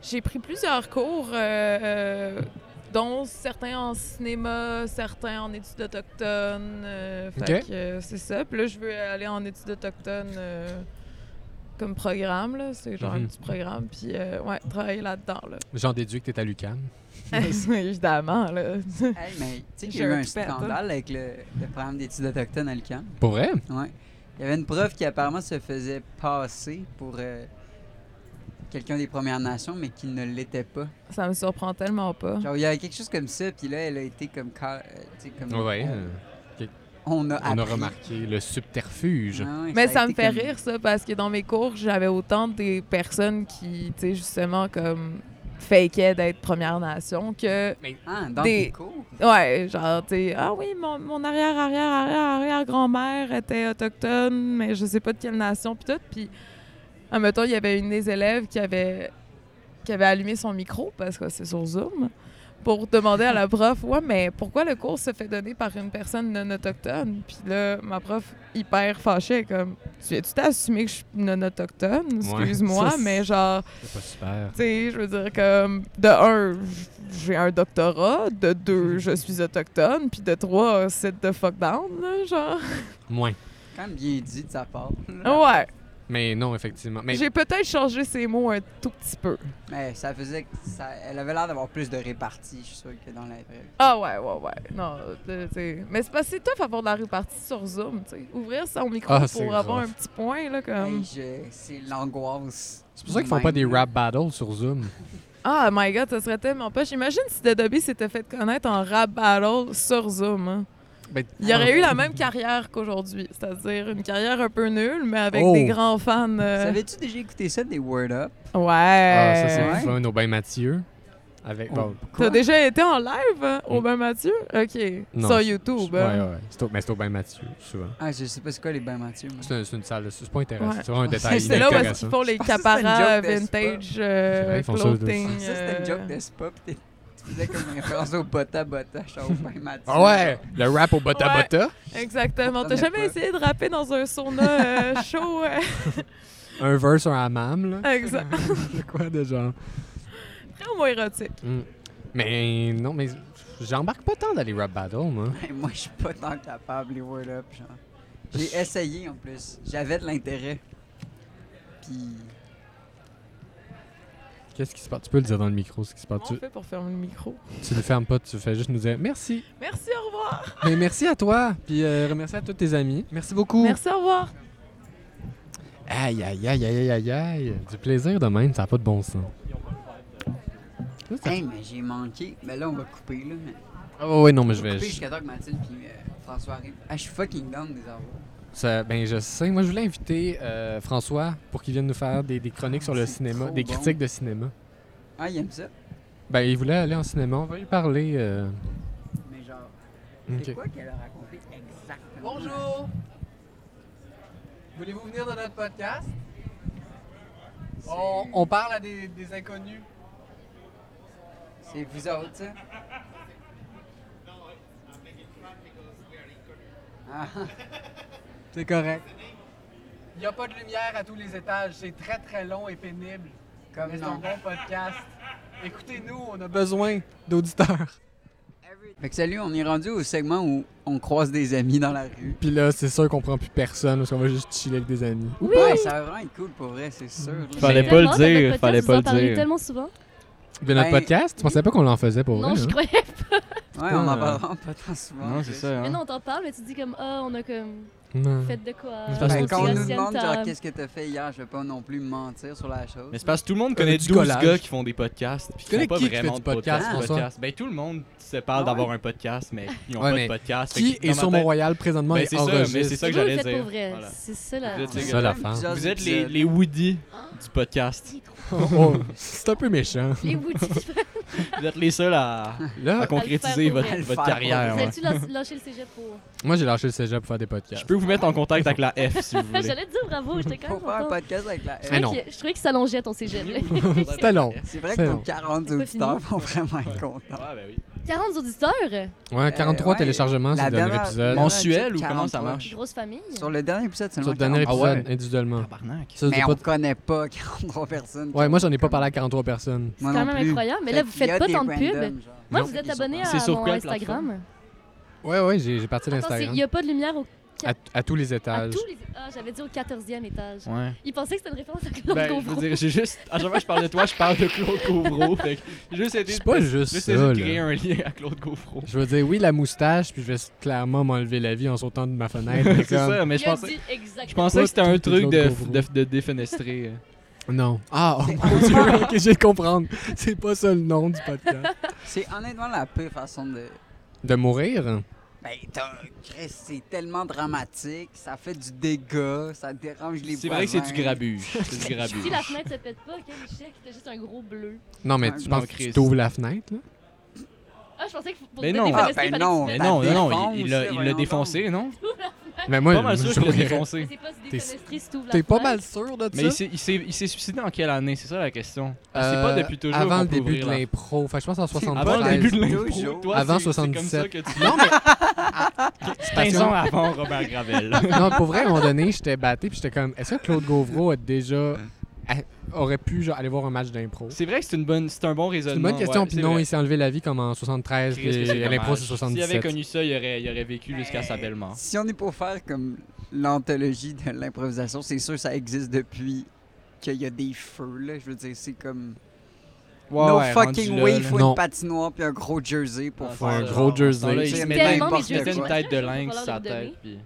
J'ai pris plusieurs cours, euh, euh, dont certains en cinéma, certains en études autochtones. euh, fait
Ok.
que, euh, c'est ça. Puis là, je veux aller en études autochtones euh, comme programme. là. C'est genre
Mhm.
un petit programme. Puis, euh, ouais, travailler là-dedans. Là.
J'en déduis que t'es à l'UQAM.
Évidemment. Là.
Hey, mais tu sais qu'il y
J'ai
a eu
un
un
toupette, hein.
scandale avec le, le programme d'études autochtones à l'UQAM.
Pour vrai?
Ouais. Il y avait une prof qui apparemment se faisait passer pour euh, quelqu'un des Premières Nations, mais qui ne l'était pas.
Ça me surprend tellement pas.
Genre, il y avait quelque chose comme ça, puis là, elle a été comme... ca- euh, tu sais, comme
Ouais.
on-
euh, ok.
on a
On a
appris.
remarqué le subterfuge.
Ah ouais,
Mais
a
ça, me
été
fait
comme-
rire, ça, parce que dans mes cours, j'avais autant des personnes qui, tu sais, justement, comme fakaient d'être Première Nation que,
Ah, dans
Des-
tes cours?
ouais, genre, tu sais, ah oui, mon, mon arrière, arrière, arrière, arrière grand-mère était autochtone, mais je sais pas de quelle nation, puis tout. Puis, en même temps, il y avait une des élèves qui avait, qui avait allumé son micro, parce que c'est sur Zoom, pour demander à la prof, ouais, mais pourquoi le cours se fait donner par une personne non autochtone? Puis là, ma prof, hyper fâchée, comme, tu tu t'es assumé que je suis non autochtone,
Ouais.
excuse-moi,
Ça, c'est-
mais genre,
C'est pas super.
tu sais, je veux dire, comme, de un, j'ai un doctorat, de
Mhm.
deux, je suis autochtone, puis de trois, c'est de fuck down, là, genre.
Moins.
euh, Quand même bien dit de sa part.
Ouais,
Mais non, effectivement. Mais
j'ai peut-être changé ces mots un tout petit peu.
Mais ça faisait que ça- elle avait l'air d'avoir plus de répartie, je suis sûr, que dans la vraie vie.
Ah ouais, ouais, ouais. Non, euh, tu sais. Mais c'est pas si tough avoir de la répartie sur Zoom, tu sais. Ouvrir son micro
Ah, c'est
pour avoir
rough.
un petit point, là, comme.
Hey, je- C'est l'angoisse.
c'est pour ça qu'ils font pas des rap battles sur Zoom.
Ah, my god, ça serait tellement pas. J'imagine si Dedobi s'était fait connaître en rap battle sur Zoom. hein.
Ben,
Il y aurait eu la même carrière qu'aujourd'hui, c'est-à-dire une carrière un peu nulle, mais avec
Oh.
des grands fans. euh,
Savais-tu déjà écouté ça des Word Up?
Ouais.
Ah, ça, c'est
Ouais.
fun. Aubin Mathieu. Avec.
Oh,
bon,
T'as déjà été en live, hein, au
Mm.
Ben Mathieu? OK.
Non,
Sur
c'est-
YouTube.
Ouais,
hein.
ouais. C'est au- Mais c'est Aubin Mathieu, souvent.
Ah, je sais pas c'est quoi les bains Mathieu. moi.
C'est un- c'est une salle. de- C'est pas intéressant.
Ouais.
C'est vraiment un détail.
C'est
C'est là où est-ce
inintéressant.
qu'ils font les
pensais que c'était Ah, une
capara
joke de
vintage
C'est vrai,
euh,
ils font ça,
clothing.
Ça, c'était une joke
euh,
de spa, pis t'es- tu faisais comme une référence au Bota Bota, genre au bain Mathieu.
Ah ouais! Le rap au bota
Ouais.
bota.
Exactement. T'as
Comprenais
jamais
pas.
essayé de rapper dans un sauna euh, chaud? euh,
Un verse, un hammam, là.
Exact.
Quoi de genre?
Très homo-érotique.
Mm. Mais non, mais j'embarque pas tant dans les rap battles, moi.
Ben, moi, je suis pas tant capable, les Word Up, genre. J'ai essayé en plus. J'avais de l'intérêt. Puis.
Qu'est-ce qui se passe? Tu peux le dire dans le micro, ce qui se passe.
Comment on
Tu,
fait pour fermer le micro?
tu le fermes pas, tu fais juste nous dire merci.
Merci, au revoir!
Mais merci à toi, puis euh, remercie à tous tes amis. Merci beaucoup.
Merci, au revoir!
Aïe, aïe, aïe, aïe, aïe, aïe. Du plaisir de même, ça n'a pas de bon sens.
Hey, mais j'ai manqué. Mais là, on va couper, là. Mais...
Ah ouais, ouais, non, mais je
On va
vais...
couper
je-
jusqu'à temps que Mathilde puis euh, François arrivent. Ah, je suis fucking down des arbres.
ça- ben, je sais. Moi, je voulais inviter euh, François pour qu'il vienne nous faire des, des chroniques
Ah,
sur le
C'est
cinéma,
trop
des
bon.
critiques de cinéma.
Ah, il aime ça.
Ben, il voulait aller en cinéma. On va lui parler. euh,
Mais genre,
ok.
c'est quoi qu'elle a raconté exactement?
Voulez-vous venir dans notre podcast? On, on parle à des, des inconnus.
C'est vous autres, ça? Ah,
C'est correct. Il n'y a pas de lumière à tous les étages. C'est très, très long et pénible.
comme
Mais c'est un
non.
bon podcast. Écoutez-nous, on a besoin d'auditeurs.
Fait que salut, on est rendu au segment où on croise des amis dans la rue.
Puis là, c'est sûr qu'on prend plus personne parce qu'on va juste chiller avec des amis.
Oui! ça va vraiment être cool pour vrai, c'est sûr. là.
Fallait
Mais
pas le
tellement, dans
dire,
notre
fallait
podcast,
pas
vous
le
en parlez
dire.
tellement souvent.
De notre
Ben-
podcast? Tu pensais pas qu'on l'en faisait pour
non,
vrai,
je
hein?
croyais.
Ouais, on en
Ouais.
parlera pas tant souvent.
Non, c'est
plus.
ça.
Mais
Hein?
non, on t'en parle, mais tu dis comme, ah, on a comme
Non.
fait de quoi.
Mais
euh,
c'est
on
parce
Ben,
que
se
quand on nous
Deuxième
questionne,
demande, genre,
t'as-
qu'est-ce que t'as fait hier, je vais pas non plus mentir sur la chose.
Mais c'est parce que tout le monde
Euh,
connaît
du
12
collage.
gars qui font des podcasts.
Tu
Puis qui
connais
font pas
qui qui fait
vraiment
du
de podcast,
podcast,
podcast.
François?
Ben, tout le monde se parle
Ah ouais?
d'avoir un podcast, mais ils ont
Ouais,
pas
mais
de podcast.
Qui
Fait que
est
dans
sur
ma tête-
Mont-Royal présentement
Ben,
et
c'est ça, mais
enregistre?
c'est ça que
Vous le faites
j'allais
pour
dire.
vrai.
Voilà.
C'est ça la.
Vous êtes
On a
les
fait
gars. la
plusieurs
fin.
Vous êtes les,
épisodes.
les Woody du podcast.
Oh, c'est un peu méchant.
Les Woody.
Vous êtes les seuls à, à
Là,
concrétiser
pour
votre, votre
vrai. À le faire pour
Ah,
carrière.
Vous
ouais.
avez-tu lâ- lâché le cégep pour.
moi, j'ai lâché le cégep pour faire des
Je
podcasts.
peux vous mettre en contact avec la F si vous voulez.
J'allais te dire bravo, j'étais quand même.
Pour faire un
contente.
podcast avec la
Je trouvais
Mais non.
qu'il- Je trouvais que ça longeait ton cégep. là.
C'était long.
C'est vrai que
C'est
nos
bon.
40
C'est pas
auditeurs vont vraiment être contents.
Ah, ben oui.
40 auditeurs.
Ouais, 43
Euh,
Euh,
ouais.
téléchargements sur
La
le dernier
dernière-
épisode.
Mon-
Mensuel ou comment ça
43.
marche
Grosse famille.
Sur le dernier épisode, c'est
Sur le
le
dernier
Ah ouais.
épisode, individuellement.
Tabarnak.
Ça, c'est
Mais
pas-
on connaît pas 43 personnes.
Ouais, moi, j'en ai pas parlé à 43 personnes.
C'est quand même incroyable. Mais là, vous faites pas tant de pubs. Moi,
Non.
vous êtes abonné
C'est
à
sur
mon
quoi la plateforme?
Instagram.
Ouais, ouais, j'ai j'ai parti
Attends, c'est- il
d'Instagram.
n'y a pas de lumière au.
À, à tous les
À
étages.
tous les. Ah, j'avais dit au 14e étage.
Ouais.
Il pensait que c'était une référence à Claude
Ben, je
Gauvreau.
veux dire, j'ai juste. À chaque fois que je parle de toi, je parle de Claude Gauvreau. Fait que j'ai juste aidé
C'est pas juste
juste
ça,
essayer de
là.
créer un lien à Claude Gauvreau.
Je veux dire, oui, la moustache, puis je vais clairement m'enlever la vie en sautant de ma fenêtre. mais
C'est
comme-
ça, mais je
Il a
pensais,
dit exactement.
je pensais que c'était un
tout
truc
Claude
de,
Gauvreau.
de, de défenestrer. euh.
Non. Ah, oh mon Dieu, ok, j'ai de comprendre. C'est pas ça le nom du podcast.
C'est honnêtement la pire façon de.
De mourir?
Ben, t'as- Chris, c'est tellement dramatique, ça fait du dégât, ça dérange les
C'est vrai que c'est du
voisins.
grabuge. C'est du grabuge.
Si la fenêtre se pète pas, quel échec, c'était juste un gros bleu.
Non, mais
Ah,
tu
non,
penses que tu
Christ.
t'ouvres la fenêtre, là?
Ah, je pensais que pour
Ben
te
non.
Ah,
déforester, il
ben
fallait que
non.
Mais
tu-
La
non, non, non,
défonce,
il- il l'a- il
voyons
l'a
donc.
défoncé, non?
Mais moi,
Pas mal sûr
je
qu'il l'a
trouverais-
défoncé.
C'est pas se
T'es-
déconnecter si tu ouvres la
T'es pas
fenêtre.
mal sûr de ça?
Mais il s'est- il s'est il s'est suicidé en quelle année? C'est ça la question. Parce que c'est pas
Euh,
depuis toujours
Avant
qu'on
le
peut
début de
ouvrir la-
l'impro. Fait que je pense en 73.
Avant le début de
Toujours.
l'impro, toi,
Avant
c'est- c'est comme
77.
ça que tu-
Non, mais
15 ans avant Robert Gravel.
non, pour vrai, à un moment donné, j'étais batté puis j'étais comme, est-ce que Claude Gauvreau a déjà... a- aurait pu genre, aller voir un match d'impro?
C'est vrai que c'est une bonne, c'est un bon
C'est
raisonnement.
une bonne question.
ouais,
puis
c'est
non,
vrai.
il s'est enlevé la vie comme en 73
Christ, que
et
c'est
l'impro
dommage.
c'est
S'il
77.
avait connu ça, il aurait, il aurait
Ben,
vécu jusqu'à sa belle mort.
Si on est pour faire comme l'anthologie de l'improvisation, c'est sûr ça existe depuis qu'il y a des feux, là. Je veux dire, c'est comme... no fucking way, il faut
Non.
une patinoire puis un gros jersey pour
Ah,
Faut un
faire...
gros
genre,
jersey.
dans ce temps-là,
Tu
Il
sais,
se met-
mais
tellement
n'importe
mes
il
yeux
se met
de
une
quoi.
tête de
Je vais falloir
lynx sur sa
leur donner.
tête. puis-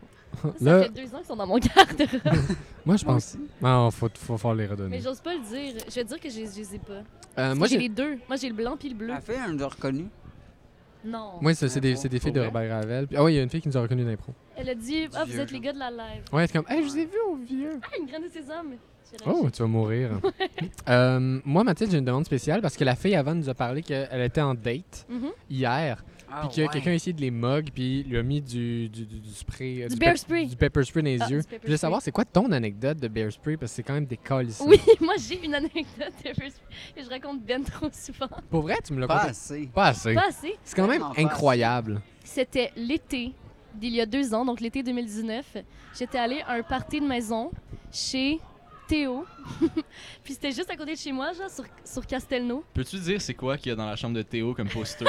Ça
Là-
fait deux ans qu'ils sont dans mon garde-robe.
Moi, je
Moi
pense.
aussi.
Non, faut, faut, faut les
Mais
redonner.
j'ose pas le dire. Je vais dire que je les je les ai pas.
Euh,
Moi,
moi,
j'ai
j'ai.
les deux. Moi, j'ai le blanc puis le bleu.
T'as fait un de Ah reconnu?
Non.
Moi, ça, c'est des, c'est des filles de
Pour
Robert Gravel. Puis- Ah oui, il y a une fille qui nous a reconnu d'impro.
Elle a dit Ah, vous
vieux,
êtes les
là.
gars de la live.
Ouais, c'est comme, hey, je vous ai vu au vieux.
Ah, une graine de sésame. J'ai réagi.
Oh, tu vas mourir. Euh, moi, Mathilde, j'ai une demande spéciale parce que la fille avant nous a parlé qu'elle était en date
Mhm.
hier.
Ah,
Puis que
ouais.
quelqu'un a essayé de les mug, puis lui a mis du, du, du- du spray. euh,
Du bear
pep-
spray.
Du pepper spray dans les
Ah, du
yeux.
pepper
Je voulais savoir, c'est quoi ton anecdote de bear spray parce que c'est quand même des cols.
Oui, moi, j'ai une anecdote de First Fruit que je raconte bien trop souvent.
Pour vrai, tu me l'as
Pas
conté.
assez.
Pas assez.
Pas assez.
C'est quand même
Tellement pas
incroyable.
C'était l'été d'il y a deux ans, donc l'été 2019. J'étais allée à un party de maison chez Théo. Puis c'était juste à côté de chez moi, genre sur, sur Castelnau.
Peux-tu dire c'est quoi qu'il y a dans la chambre de Théo comme poster?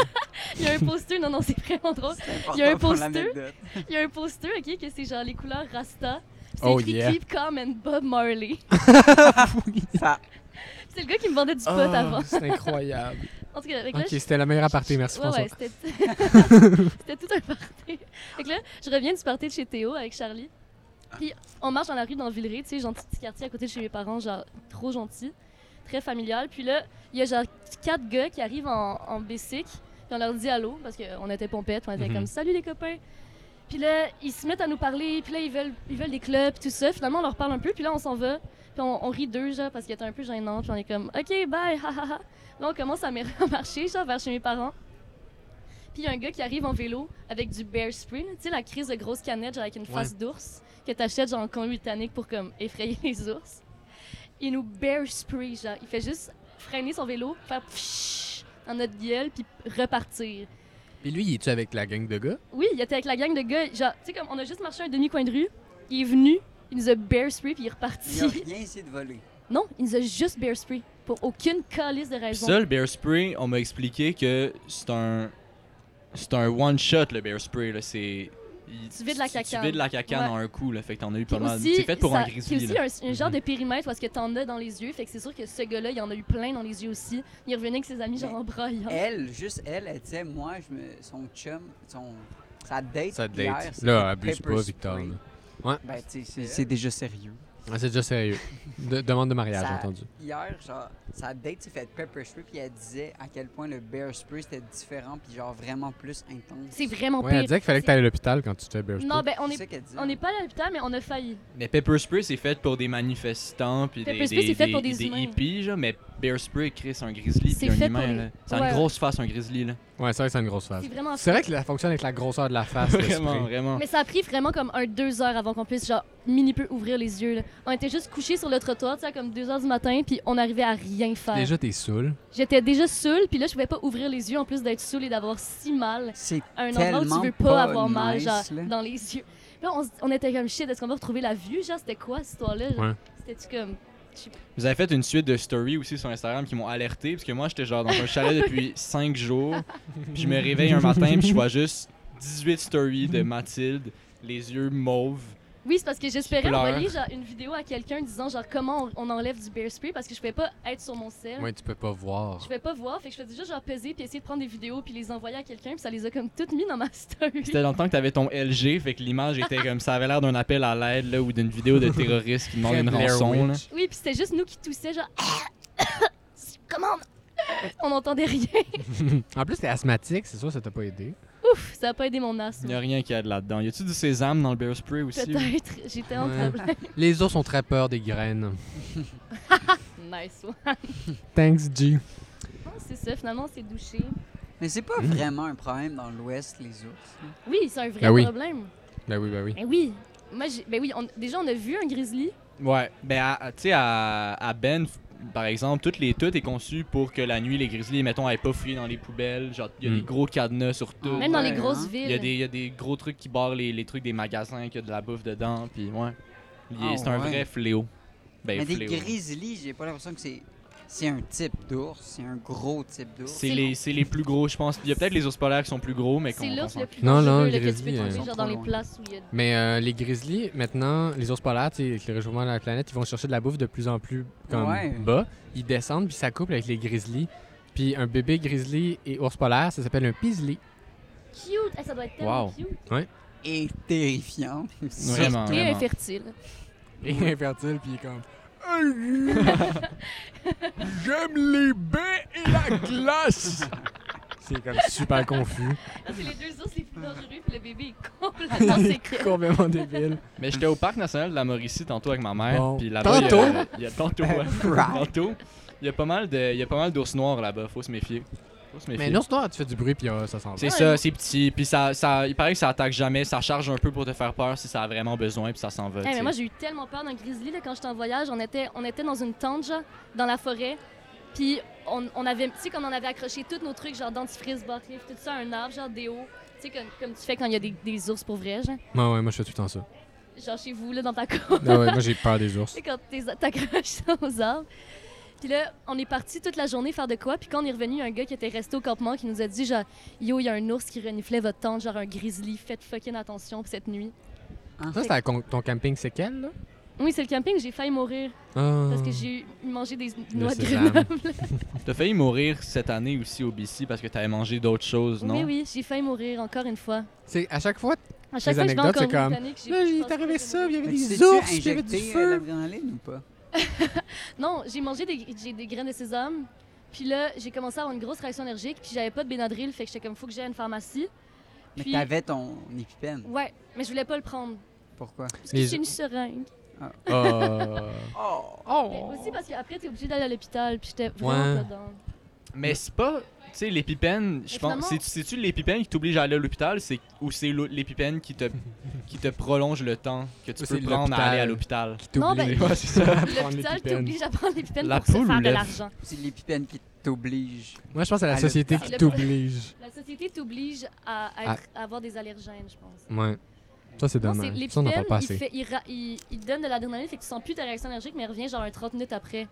Il y a un poster, non, non, c'est vraiment drôle.
C'est
Il y a un
important pour
poster.
l'anecdote.
Il y a un poster, ok, que c'est genre les couleurs Rasta. Puis C'est
Oh,
écrit
yeah.
Keep Calm and Bob Marley.
Ça-
Puis C'est le gars qui me vendait du pot avant.
Ah, c'est incroyable.
En tout cas, avec
ok,
là, je-
c'était la meilleure aparté. Merci
Ouais,
François.
ouais, c'était c'était tout un party. Fait que là, je reviens du party de chez Théo avec Charlie. Puis on marche dans la rue dans Villeray, tu sais, gentil petit quartier à côté de chez mes parents, genre trop gentil, très familial. Puis là, il y a genre quatre gars qui arrivent en, en bicycle, puis on leur dit allô, parce qu'on était pompettes, on était
Mhm.
comme salut les copains. Puis là, ils se mettent à nous parler, puis là, ils veulent, ils veulent des clubs, puis tout ça. Finalement, on leur parle un peu, puis là, on s'en va. Puis on, on rit deux, genre, parce qu'il était un peu gênant. Puis on est comme, OK, bye, ha, ha, ha. Là, on commence à mer- à marcher, genre, vers chez mes parents. Puis il y a un gars qui arrive en vélo avec du bear spray, là, tu sais, la crise de grosse canette, genre, avec une face d'ours, que t'achètes, genre, en conduite britannique pour, comme, effrayer les ours. Il nous bear spray, genre, il fait juste freiner son vélo, faire pfff dans notre gueule, puis repartir.
Et lui, il est-tu avec la gang de gars?
Oui, il était avec la gang de gars. Genre, tu sais, comme on a juste marché un demi-coin de rue, il est venu, il nous a bear spray puis il est
Il a
reparti.
rien essayé de voler.
non, il nous a juste bear spray pour aucune calice de
Puis
raison.
ça, le Bear Spray, on m'a expliqué que c'est un. C'est un one-shot le Bear Spray, là. C'est. il-
Tu vides la
Tu
cacane.
vides la cacane
Ouais.
en un coup, là. Fait que t'en as eu
Puis
pas mal.
aussi,
C'est fait pour
ça-
un
puis
grizzly,
aussi,
là. Mhm.
un, un genre de périmètre parce que t'en as dans les yeux. Fait que c'est sûr que ce gars-là, il en a eu plein dans les yeux aussi. Il revenait avec ses amis, genre en braillant.
Elle, juste elle, elle disait, moi, je me... son chum, son... sa date
Ça
hier,
date.
c'était
Là, abuse
pepper
pas, Victor.
spray.
là.
Ben, tu sais, c'est- c'est déjà sérieux.
Ah, c'est déjà sérieux. De- demande de mariage,
Ça-
entendu.
Hier, genre, sa date s'est fait pepper spray, puis elle disait à quel point le bear spray c'était différent, puis genre vraiment plus intense.
C'est vraiment
Ouais, elle
pire.
disait qu'il fallait que t'ailles à l'hôpital quand tu te fais bear
Non,
spray.
ben on
C'est ça
est,
qu'elle hein. disait.
on est pas à l'hôpital, mais on a failli.
Mais Pepper Spray, c'est fait pour des manifestants, puis des,
Pepper Spray,
des-
c'est fait pour des humains.
hippies, genre. Mais Bear Spray, Chris, un grizzly,
C'est
puis un
fait
humain,
pour les-
là. Ça a
Ouais.
une grosse face, un grizzly, là.
Ouais, c'est vrai que c'est une grosse face.
C'est vraiment.
C'est vrai que ça fonctionne avec la grosseur de la face. le
Vraiment,
spray.
vraiment.
Mais ça a pris vraiment comme un deux heures avant qu'on puisse genre mini peu ouvrir les yeux. là. On était juste couchés sur le trottoir, tu sais, à comme deux heures du matin, puis on arrivait à rien faire.
Déjà, t'es saoul.
J'étais déjà saoule, puis là je pouvais pas ouvrir les yeux en plus d'être saoule et d'avoir si mal
C'est
à un endroit où
Tellement
tu veux
pas
pas avoir mal
nice,
genre,
là.
dans les yeux. Puis Là on, s- on était comme shit, est-ce qu'on va retrouver la vue genre c'était quoi cette histoire là
Ouais.
C'était tu comme
Vous avez fait une suite de stories aussi sur Instagram qui m'ont alerté parce que moi j'étais genre dans un chalet depuis 5 jours. Puis je me réveille un matin puis je vois juste 18 stories de Mathilde, les yeux mauves.
Oui, c'est parce que j'espérais
Pleure.
envoyer genre, une vidéo à quelqu'un disant genre comment on, on enlève du bear spray parce que je pouvais pas être sur mon sel.
Ouais, tu peux pas voir.
Je pouvais pas voir, fait que je faisais juste genre peser puis essayer de prendre des vidéos puis les envoyer à quelqu'un puis ça les a comme toutes mis dans ma story.
C'était dans le temps que t'avais ton LG, fait que l'image était comme ça avait l'air d'un appel à l'aide là, ou d'une vidéo de terroriste qui demande
Très
une
Blair
rançon. là.
Witch.
Oui, puis c'était juste nous qui toussaient, genre. Commande! On n'entendait rien.
En plus, t'es asthmatique, c'est sûr, ça t'a pas aidé.
Oui, ouf, ça a pas aidé mon asthme.
Il n'y a rien qui aide là-dedans. Y a-tu du sésame dans le bear spray aussi?
Peut-être, j'étais en
Ouais.
problème.
Les ours ont très peur des graines.
nice one.
Thanks, G.
Non, C'est ça, finalement, c'est douché.
Mais c'est pas
Mhm.
vraiment un problème dans l'Ouest, les ours. hein. là.
Oui, c'est un vrai
Ben oui.
problème.
Ben oui, ben oui.
Ben oui. Moi, j'ai- ben oui, on- déjà, on a vu un grizzly.
Ouais. Ben, à- à- tu sais, à, à Banff, par exemple, toutes les toutes est conçue pour que la nuit, les grizzlies, mettons, aillent pas fouiller dans les poubelles. Genre, il y a
Mm.
des gros cadenas sur tout.
Même dans les
Ouais,
grosses
hein.
Il y, a
villes.
des, il y a des gros trucs qui barrent les, les trucs des magasins, qu'il y a de la bouffe dedans, puis ouais. Il est-
Ah,
c'est un
ouais.
vrai fléau. Ben,
Mais des
fléau.
grizzlies, j'ai pas l'impression que c'est c'est un type d'ours, c'est un gros type d'ours.
C'est les, c'est les plus gros, je pense. Il y a peut-être les ours polaires qui sont plus gros, mais qu'on.
C'est
qu'on
l'ours
s'en-
le plus
Non, non,
dangereux
le
là, que tu
grizzly,
peux
euh,
trouver, genre dans
trop
les
loin.
places où il y a
Mais euh, les grizzlies, maintenant, les ours polaires, tu sais, avec le réchauffement de la planète, ils vont chercher de la bouffe de plus en plus comme
Ouais.
bas. Ils descendent, puis ça couple avec les grizzlies. Puis un bébé grizzly et ours polaire, ça s'appelle un pizzly.
Cute! Eh, ça doit être tellement
Wow.
cute.
Et terrifiant.
Vraiment.
Et
vraiment.
infertile.
Et infertile, puis il est comme... J'aime les
Ah,
baies et ben, la glace! C'est comme super confus,
C'est les deux ours les plus dangereux, puis le bébé est complètement séqué.
complètement débile.
Mais j'étais au parc national de la Mauricie tantôt avec ma mère.
Bon.
Puis là-bas, il y a-
Tantôt?
Il y a tantôt. ouais.
Right.
tantôt. Il y a pas mal de, il y a pas mal d'ours noirs là-bas. Faut se méfier. Faut se méfier.
Mais l'ours noir, tu fais du bruit, puis euh, ça s'en va.
C'est ça, c'est petit. Puis ça, ça, il paraît que ça attaque jamais. Ça charge un peu pour te faire peur si ça a vraiment besoin. Puis ça s'en va.
Eh,
tu
mais
sais.
moi, j'ai eu tellement peur d'un grizzly là, quand j'étais en voyage. On était, on était dans une tente, genre, dans la forêt. Puis on, on avait, tu sais, comme on avait accroché tous nos trucs, genre dentifrice, barrière, tout ça, à un arbre, genre des hauts. Tu sais, comme, comme tu fais quand il y a des, des ours pour vrai, genre.
Ouais, ouais, moi, je fais tout le temps ça.
Genre chez vous, là, dans ta cour.
Ah ouais, moi, j'ai peur des ours.
Tu sais, quand t'es- t'accroches ça aux arbres. Puis là, on est parti toute la journée faire de quoi. Puis quand on est revenu, il y a un gars qui était resté au campement qui nous a dit genre, Yo, il y a un ours qui reniflait votre tente, genre un grizzly, faites fucking attention pour cette nuit.
Ça, c'était à con- ton camping séquel, là?
Oui, c'est le camping, j'ai failli mourir
Ah.
parce que j'ai eu- mangé des
Le
noix de
sésame.
Grenoble.
T'as failli mourir cette année aussi au BC parce que t'avais mangé d'autres choses, non?
Oui, oui, j'ai failli mourir encore une fois.
C'est à chaque fois.
À chaque
Les
fois, je vais
anecdotes,
encore
c'est comme,
panique, j'ai-
Là,
je
il
pense
est arrivé
que
ça, puis il y avait
Fait que
des
tu
ours,
t'es-tu
puis il y avait du
injecté, euh,
feu.
l'adrénaline ou pas?
Non, j'ai mangé des, j'ai des graines de sésame. Puis là, j'ai commencé à avoir une grosse réaction allergique. Puis j'avais pas de Benadryl, fait que j'étais comme, faut que j'aille à une pharmacie.
Mais
Puis-
t'avais ton épipène.
Ouais, mais je voulais pas le prendre.
Pourquoi?
Parce que
Les-
j'ai une seringue.
Euh,
Ah.
Mais aussi parce qu'après, t'es obligé d'aller à l'hôpital, puis j'étais
Ouais.
vraiment pas dedans.
Mais c'est pas. Tu sais, l'épipène, je
Mais
pense.
finalement-
c'est- C'est-tu l'épipène qui t'oblige à aller à l'hôpital c'est- ou c'est l'au- l'épipène qui te, qui te prolonge le temps que tu
Ou
peux
c'est
prendre à aller à l'hôpital?
Non, ben,
T'oublies.
Ouais, c'est ça.
L'hôpital Ah, t'oblige à prendre l'épipène
La
pour se
poule ou
faire de
l'œuf?
l'argent.
C'est l'épipène qui t'oblige.
Moi, je pense à la
À
société qui
l'hôpital.
t'oblige.
La société t'oblige à, à être- à avoir des allergènes, je pense.
Ouais. Ça, c'est
Non, c'est
dommage. Ça, on n'en
l'épipène,
parle pas
il,
assez.
fait- il, ra- il- il donne de l'adrénaline, fait que tu sens plus ta réaction allergique, mais elle revient genre un 30 minutes après.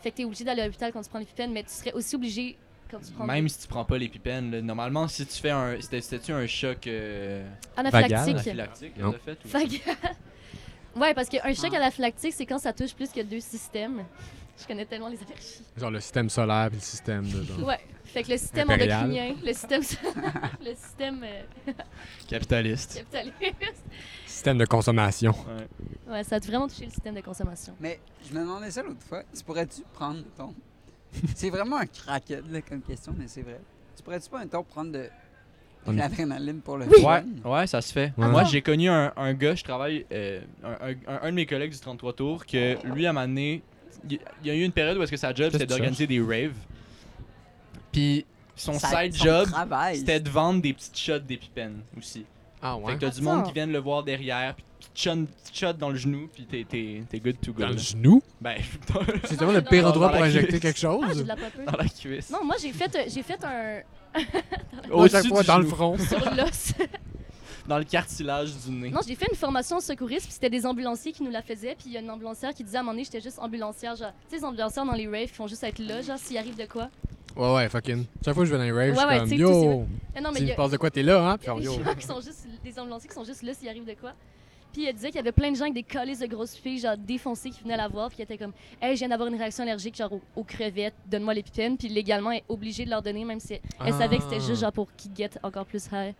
Fait que t'es obligé d'aller à l'hôpital quand tu prends l'épipène, mais tu serais aussi obligé quand tu prends
Même si tu prends pas l'épipène, là, normalement, si tu fais un. c'était- C'était-tu un choc euh,
anaphylactique.
prophylactique que
Non.
t'as fait? ou-
Fait que- ouais, parce qu'un choc
Ah.
anaphylactique, c'est quand ça touche plus que deux systèmes. Je connais tellement les allergies.
Genre le système solaire puis le système de genre.
Ouais. Fait que le système
Impérial.
endocrinien, le système, le système euh,
Capitaliste.
capitaliste.
Système de consommation.
Ouais.
Ouais, ça a vraiment touché le système de consommation.
Mais je me demandais ça l'autre fois. Tu pourrais-tu prendre ton. c'est vraiment un crackhead là, comme question, mais c'est vrai. Tu pourrais-tu pas un temps prendre de, de
On-
l'adrénaline pour le
Ouais,
fun?
ouais, ça se fait.
Ouais. Oh,
Moi, j'ai connu un, un gars, je travaille, euh, un, un- un- un de mes collègues du 33 Tours, que lui, à un moment donné, il il y a eu une période où est-ce que sa job,
Qu'est-ce
c'était
que tu
d'organiser des raves. Puis son
Ça-
side
son
job,
travail.
c'était de vendre des petites shots d'épipène aussi.
Ah
Fait que t'as du monde qui vient le voir derrière, puis petite shot- petite shot dans le genou, puis t'es- t'es t'es good to go.
Dans le
là.
genou.
Ben,
C'est vraiment le pire
non,
endroit
dans la
pour injecter
cuisse.
quelque
Ah, j'ai
chose.
de la popée.
dans la cuisse.
Non, moi j'ai fait, euh, j'ai fait un
Moi, chaque
Au-dessus
fois,
du
dans le
genou.
front.
sur l'os.
Dans le cartilage du nez.
non, j'ai fait une formation secouriste, puis c'était des ambulanciers qui nous la faisaient, puis il y a une ambulancière qui disait à un moment donné, j'étais juste ambulancière, genre, tu sais, les ambulancières dans les raves, ils font juste être là, genre, s'il arrive de quoi.
Ouais, ouais, fucking. Chaque fois que je vais dans les raves,
Ouais, ouais,
je
tu sais,
suis
tout de
comme yo.
Mais non, mais il
S'il
y
me
a-
passe de quoi, t'es là, hein? Puis
Il y a
genre,
des
yo.
chirurgiens qui sont juste, des ambulanciers qui sont juste là s'il arrive de quoi. Puis elle disait qu'il y avait plein de gens avec des colis de grosses filles, genre défoncées, qui venaient la voir, puis qui étaient comme, hey, je viens d'avoir une réaction allergique, genre aux, aux crevettes, donne-moi l'épipène. Puis légalement, elle est obligée de leur donner, même si elle, elle savait que c'était
Ah.
juste genre pour qu'ils guettent encore plus high.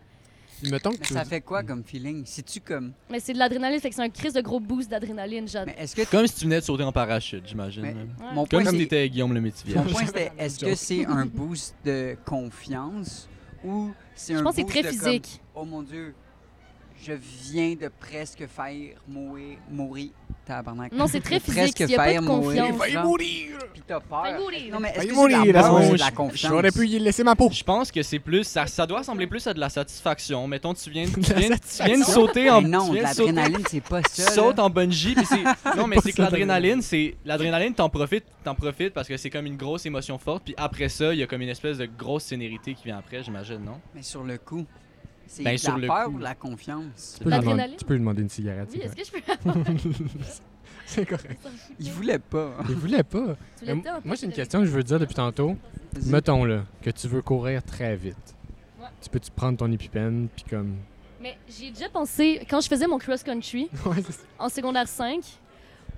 Puis Mettons que
Mais
tu.
ça fait quoi comme feeling? C'est-tu comme.
Mais c'est de l'adrénaline, fait que c'est un crise de gros boost d'adrénaline, genre.
Mais est-ce que.
Comme si tu venais de sauter en parachute, j'imagine.
Mais-
Comme
Ouais.
Mon point,
si
c'est-
t'étais Guillaume le
Mon
Métivier.
point, c'était est-ce que c'est un boost de confiance ou c'est
Je
un
pense que c'est
boost
très
de comme,
physique.
oh mon Dieu, je viens de presque faire mourir. mourir. Tabarnak.
Non, c'est très
De
physique,
Presque
il y a pas de
faire mourir,
confiance,
genre.
mourir!
Puis t'as peur. Non, mais
Failli
est-ce que c'est de
mourir,
la
à ce
peur ou
moment-là.
de la confiance?
J'aurais pu y laisser ma peau.
Je pense que c'est plus. Ça, ça doit ressembler plus à de la satisfaction. Mettons, tu viens, tu
De la
viens, tu viens de
satisfaction.
sauter en.
Mais non,
tu
de
viens de sauter-
l'adrénaline, c'est pas
tu
ça. là.
sautes en bungee, puis c'est... Non, mais
pas
c'est que
ça,
l'adrénaline, c'est... L'adrénaline, t'en profites, t'en profites parce que c'est comme une grosse émotion forte, puis après ça, il y a comme une espèce de grosse sénérité qui vient après, j'imagine, non?
Mais sur le coup, c'est
Ben,
de
sur
la
le
peur
coup.
ou de la confiance?
Tu peux, lui demander-
L'adrénaline?
tu peux lui demander une cigarette.
Oui,
c'est
est-ce que je peux
correct. c'est correct.
Il voulait pas.
Il voulait pas.
Tu
Mais
l'as
m-
dit en
moi,
plus,
j'ai une
t'as-
question que je veux dire depuis tantôt.
Vas-y.
Mettons là que tu veux courir très vite.
Ouais.
Tu peux-tu prendre ton épipène puis comme.
Mais j'ai déjà pensé, quand je faisais mon cross-country
Ouais, c'est ça.
en secondaire 5,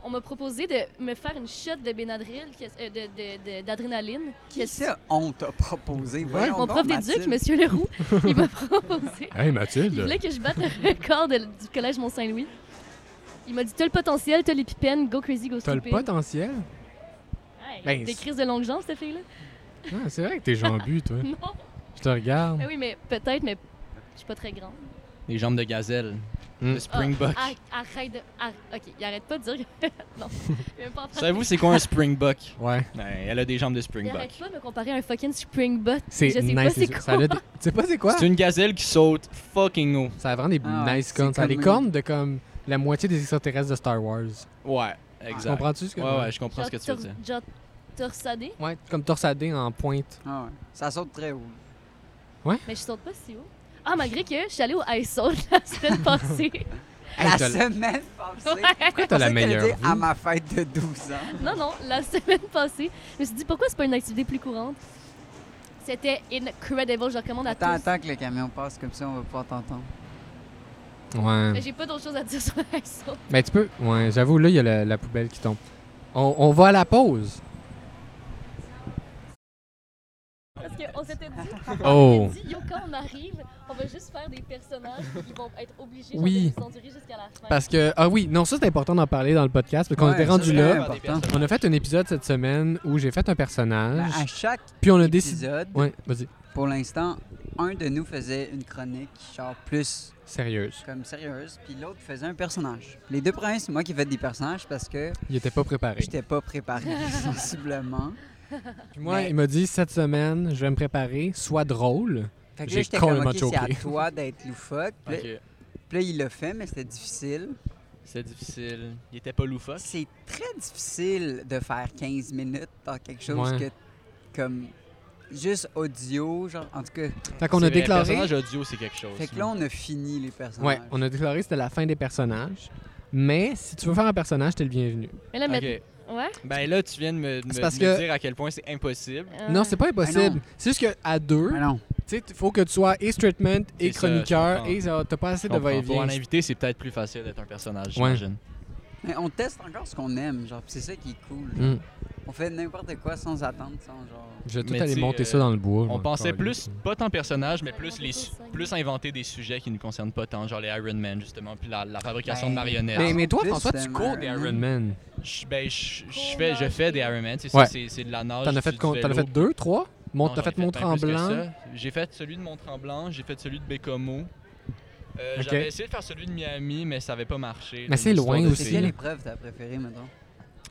on m'a proposé de me faire une shot de Benadryl, qui est- euh, de- de- de- d'adrénaline. qui
Qui
est-
ça, on t'a proposé? Voyons
Mon
donc,
prof d'éduc,
Mathilde.
monsieur Leroux, il m'a proposé.
Hey
Il
Mathilde!
voulait que je batte le record de- du collège Mont-Saint-Louis. Il m'a dit T'as le potentiel, t'as l'épipène, go crazy, go
T'as le
stupid.
potentiel?
Hey,
Ben,
Des
c'est-
crises de longue jambe, cette fille-là
Ah, c'est vrai que t'es jambu, toi.
Non.
Je te regarde.
Eh oui, mais peut-être, mais je suis pas très grande.
Les jambes de gazelle.
Mm.
Le springbok.
Ah, arrête de. arr- Ok, il arrête pas de dire que. non. Il est même pas en train-
Savez-vous c'est quoi un springbok?
Ouais,
Ouais, elle a des jambes de
Il
springbok.
arrête pas de me comparer à un fucking springbok.
c'est
Je sais
nice.
pas c'est
les-
quoi.
Ça a des- Tu sais pas c'est quoi?
C'est une gazelle qui saute fucking haut.
Ça a vraiment des
Ah ouais,
nice
c'est
cornes. Ça a des
comme-
cornes de comme la moitié des extraterrestres de Star Wars.
Ouais,
Tu
exact.
Comprends-tu ce que
Ouais, ouais, je comprends
Ah. Genre
ce que tu veux
tor-
dire.
Genre torsadé,
Ouais, comme torsadé en pointe.
Ah ouais. Ça saute très haut.
mais je saute pas si haut. Ah, malgré que je suis allée au Ice Salt la semaine passée.
Hey,
la
t'as-
semaine passée,
Pourquoi t'as la
pensais qu'elle
meilleure
était à
vue?
ma fête de 12 ans.
Non, non, la semaine passée, je me suis dit pourquoi c'est pas une activité plus courante. C'était incredible, je recommande à
Attends,
tous.
attends que le camion passe comme ça, on va pas t'entendre.
Ouais.
Mais J'ai pas d'autre chose à dire sur l'action.
Mais Ben, tu peux. Ouais, j'avoue, là, il y a la, la poubelle qui tombe. On, on va à la pause.
Parce qu'on s'était dit,
Oh.
on s'était dit, yo, quand on arrive, on va juste faire des personnages qui vont être obligés genre,
Oui.
de nous endurer jusqu'à la fin.
Parce que. Ah oui, non, ça, c'est important d'en parler dans le podcast parce qu'on
Ouais,
était
ça,
rendu
c'est
là.
important.
On a fait un épisode cette semaine où j'ai fait un
Ben,
personnage.
à chaque
puis on a décidé.
épisode,
Ouais, vas-y.
pour l'instant, un de nous faisait une chronique genre plus
Sérieuse.
comme sérieuse, puis l'autre faisait un personnage. Les deux premiers, c'est moi qui fais des personnages parce que
Il était pas préparé.
j'étais pas préparé sensiblement.
Puis moi,
Mais-
il m'a dit cette semaine, je vais me préparer, soit drôle.
Fait que
J'ai
là, j'étais comme,
complètement
OK, c'est à
choqué.
toi d'être loufoque. Puis là-
Ok.
puis là, il l'a fait, mais c'était difficile.
C'est difficile. Il était pas loufoque.
C'est très difficile de faire 15 minutes dans quelque chose
Ouais.
que, comme, juste audio, genre, en tout cas.
Fait qu'on
C'est
a
vrai,
déclaré.
personnage audio, c'est quelque chose.
Fait que là, on a fini les personnages.
Ouais, on a déclaré que c'était la fin des personnages. Mais si tu veux faire un personnage, t'es le bienvenu.
Mais là, maintenant.
Ok.
Ouais?
Ben là, tu viens de me, de me-
C'est parce
de me
que-
dire à quel point c'est impossible.
euh,
Non, c'est pas impossible.
Ah non.
C'est juste qu'à deux,
Ah non.
tu sais, il faut que tu sois et street man, et
C'est ça, je
chroniqueur,
comprends.
et ça- t'as pas assez de
Pour
va-et-vient.
un invité, c'est peut-être plus facile d'être un personnage,
Ouais.
j'imagine.
Mais on teste encore ce qu'on aime, genre, puis c'est ça qui est cool. genre.
Hum,
On fait n'importe quoi sans attendre, sans genre.
Je vais tout
Mais
aller
tu sais,
monter
euh,
ça dans le bois.
On
moi,
pensait
câlisse.
plus, pas tant personnage, mais
Ça
plus,
demande
les,
des
su-
conseils.
plus inventer des sujets qui nous concernent pas tant, genre les Iron Man, justement, puis la, la fabrication de
Ben,
marionnettes.
Mais, mais toi,
Plus
François, tu
d'un
cours des
Iron Man.
Iron Man.
Je, ben, je, je fais, je fais des Iron Man, c'est
Ouais.
ça, c'est, c'est de la nage.
T'en as
c'est
fait,
du
con- t'en as
vélo.
fait deux, trois? Mon-
Non,
T'as
j'en ai
fait Mont
bien plus que
Tremblant.
ça. J'ai fait celui de Mont-Tremblant, j'ai fait celui de Bécomo. Euh,
Ok.
J'avais essayé de faire celui de Miami, mais ça avait pas marché.
Mais c'est
L'histoire
loin
de
aussi,
C'est
ces-
quelle
là.
épreuve t'as préférée, mettons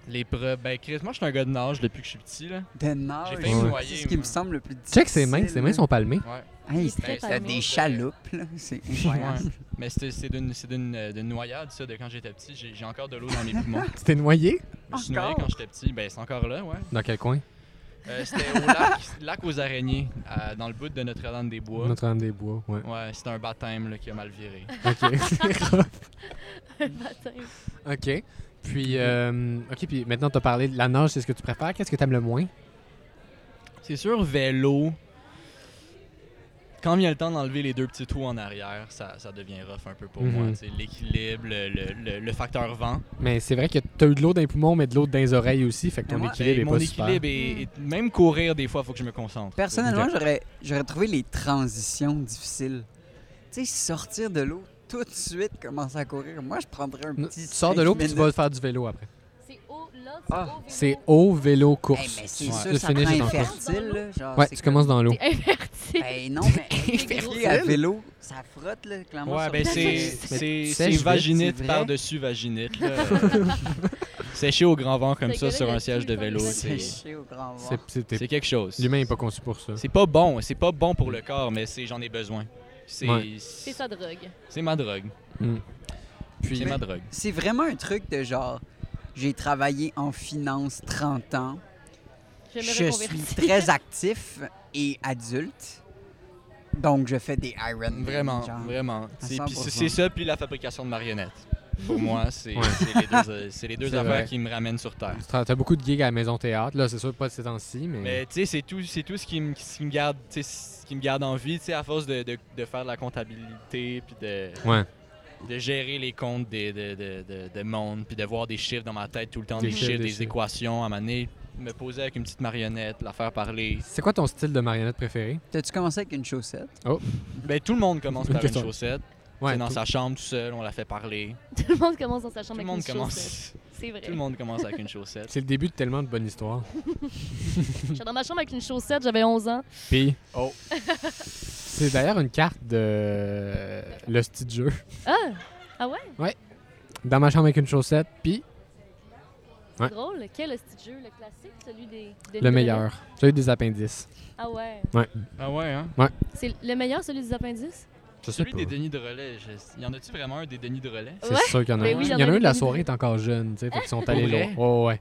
L'épreuve. Ben, Chris, moi, je suis un gars de nage depuis que je suis petit, là.
De nage.
J'ai
failli me
noyer,
C'est ce qui me
moi.
semble le plus difficile.
Check ses mains, ses mains sont palmées.
Ouais.
Il
Hey,
est très
c'était
palmé.
des chaloupes, là. C'est incroyable.
Mais c'était- c'est d'une, c'est d'une, euh, d'une noyade, ça, de quand j'étais petit. J'ai, j'ai encore de l'eau dans mes poumons.
Tu t'es noyé?
Je me suis noyé
Encore?
quand j'étais petit. Ben, c'est encore là, ouais.
Dans quel coin?
Euh, c'était au lac, lac aux araignées, à- dans le bout de Notre-Dame-des-Bois.
Notre-Dame-des-Bois, ouais.
Ouais, c'était un baptême là, qui a mal viré.
OK, c'est rough.
matin.
OK. Puis, euh, OK, puis maintenant, t'as parlé de la nage, c'est ce que tu préfères. Qu'est-ce que t'aimes le moins?
C'est sûr, vélo. Quand vient le temps d'enlever les deux petits trous en arrière, ça, ça devient rough un peu pour moi.
Mhm.
tu sais, L'équilibre, le, le- le- le facteur vent.
Mais c'est vrai que t'as eu de l'eau dans les poumons, mais de l'eau dans les oreilles aussi, fait que
Mais
ton
moi,
équilibre
Et
est
mon
pas super.
équilibre est, est- Même courir, des fois, il faut que je me concentre.
Personnellement, j'aurais, j'aurais trouvé les transitions difficiles. Tu sais, sortir de l'eau, tout de suite commencer à courir. Moi, je prendrais un
Non,
petit.
Tu sors de
cinq
l'eau puis tu
minutes. Ah.
vas faire du vélo après.
C'est haut,
C'est au vélo
Hey,
course.
mais c'est
Ouais.
sûr,
Le
ça
finish
prend
est en course.
infertile. là. Genre,
Ouais,
c'est
tu commences dans l'eau.
T'es inverti.
Ben non, mais infertile à vélo, ça frotte, là, clairement.
Ouais,
sur
ben
le-
c'est
Mais
c'est-
tu
c'est
sèches vite,
c'est
vaginite
vrai.
par-dessus vaginite. là. Euh, Sécher au grand vent comme
Fait
ça
que là,
sur
il y a
un siège
tout
de
le temps
vélo,
des
c'est
vaginettes.
Séché au grand vent.
C'est- c'était-
c'est quelque chose.
L'humain n'est pas conçu pour ça.
C'est pas bon, c'est pas bon pour le corps, mais c'est j'en ai besoin. C'est
Ouais.
C'est sa drogue.
c'est ma drogue.
Mm.
C'est
Mais-
ma drogue.
C'est vraiment un truc de genre, j'ai travaillé en finance 30 ans,
Je
je suis très actif et adulte, donc je fais des Iron
Vraiment, vraiment. C'est- puis C'est
100%.
c'est ça, puis la fabrication de marionnettes. Pour moi, c'est
Ouais.
c'est les deux, euh, c'est les deux
C'est
affaires
vrai.
qui me ramènent sur Terre.
Tu as beaucoup de gigs à la maison théâtre. Là, c'est sûr, pas de ces temps-ci, mais.
Mais tu sais, c'est tout, c'est tout ce qui me, ce qui me garde, tu sais, ce qui me garde en vie, tu sais, à force de, de- de faire de la comptabilité, puis de,
Ouais.
de gérer les comptes des, de, de- de- de monde, puis de voir des chiffres dans ma tête tout le temps,
Des
des,
chiffres,
chiffres,
des
des,
chiffres.
équations, à m'amener, me poser avec une petite marionnette, la faire parler.
C'est quoi ton style de marionnette Oh. préféré?
T'as-tu commencé avec une chaussette?
Ben tout le monde commence
Bonne
par une
question.
chaussette.
Ouais,
C'est dans
tout-
sa chambre tout seul, on la fait parler.
Tout le monde commence dans sa chambre
Tout
avec
le monde
une chaussette.
commence.
C'est vrai.
Tout le monde commence avec une chaussette.
C'est le début de tellement de bonnes histoires.
J'étais dans ma chambre avec une chaussette, j'avais 11 ans.
Puis.
Oh.
C'est d'ailleurs une carte de. Le style de jeu.
Ah! Ah ouais?
Dans ma chambre avec une chaussette, puis
C'est
Ouais.
drôle. Quel est ce jeu? Le classique? Celui des... de
le
Nicolas?
meilleur. Celui des appendices.
Ah ouais.
Ah ouais, hein?
C'est le meilleur, celui des appendices?
Je sais
Celui
pas.
des Denis de relais, je- y en a-tu vraiment un des Denis de relais?
C'est
Ouais.
sûr qu'il y en a
Ben
un.
oui,
il y en a un de la
des-
soirée est encore jeune, tu sais. fait qu'ils sont
Pour
allés
vrai?
loin. Oh, ouais.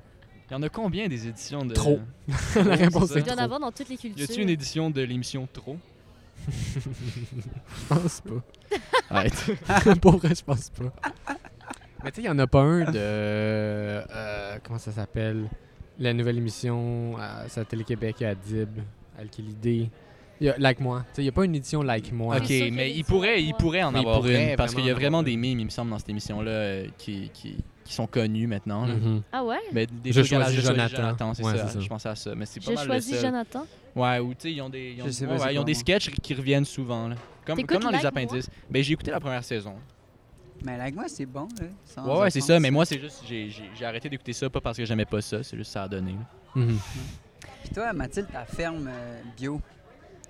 Y en a combien des éditions de.
Trop.
Trop,
La
c'est
réponse
ça?
est
Il doit en
trop.
avoir dans toutes les
Y
cultures.
a-tu une édition de l'émission Trop?
Je pense pas.
Arrête.
Pour vrai, je pense pas. Mais tu sais, il y en a pas un de. euh, comment ça s'appelle La nouvelle émission à sa Télé-Québec et à Dib, Alkylidé. Il y a Like Moi. Tu sais, il y a pas une édition Like Moi.
Ok,
sûr qu'il y a
mais
des
il pourrait,
éditions,
il
ouais.
pourrait en
Mais il
avoir
pourrait
une, parce qu'il y a
vraiment en
vraiment
avoir
des mimes, il me semble, dans cette émission-là, euh, qui, qui, qui sont connus maintenant. là.
Mhm.
Ah ouais?
Mais des
Je
trucs à la
choisis Jonathan.
c'est
Ouais,
ça.
c'est ça.
Je pensais à ça, mais c'est pas
J'ai
mal le
choisi
seul.
Jonathan.
Ouais, ou tu sais, ils ont des, ils ont,
Je sais
ouais,
pas c'est
ouais, ils ont
quoi,
des
moi.
sketchs qui reviennent souvent, là. Comme,
T'écoutes
comme dans les
Like Moi?
appendices. Ben, j'ai écouté la première saison.
Mais avec moi, c'est bon, là. sans
Ouais, ouais, c'est
offense.
ça, mais moi, c'est juste, j'ai- j'ai j'ai arrêté d'écouter ça, pas parce que j'aimais pas ça, c'est juste ça a donné. là.
Mhm.
Puis toi, Mathilde, ta ferme euh, bio,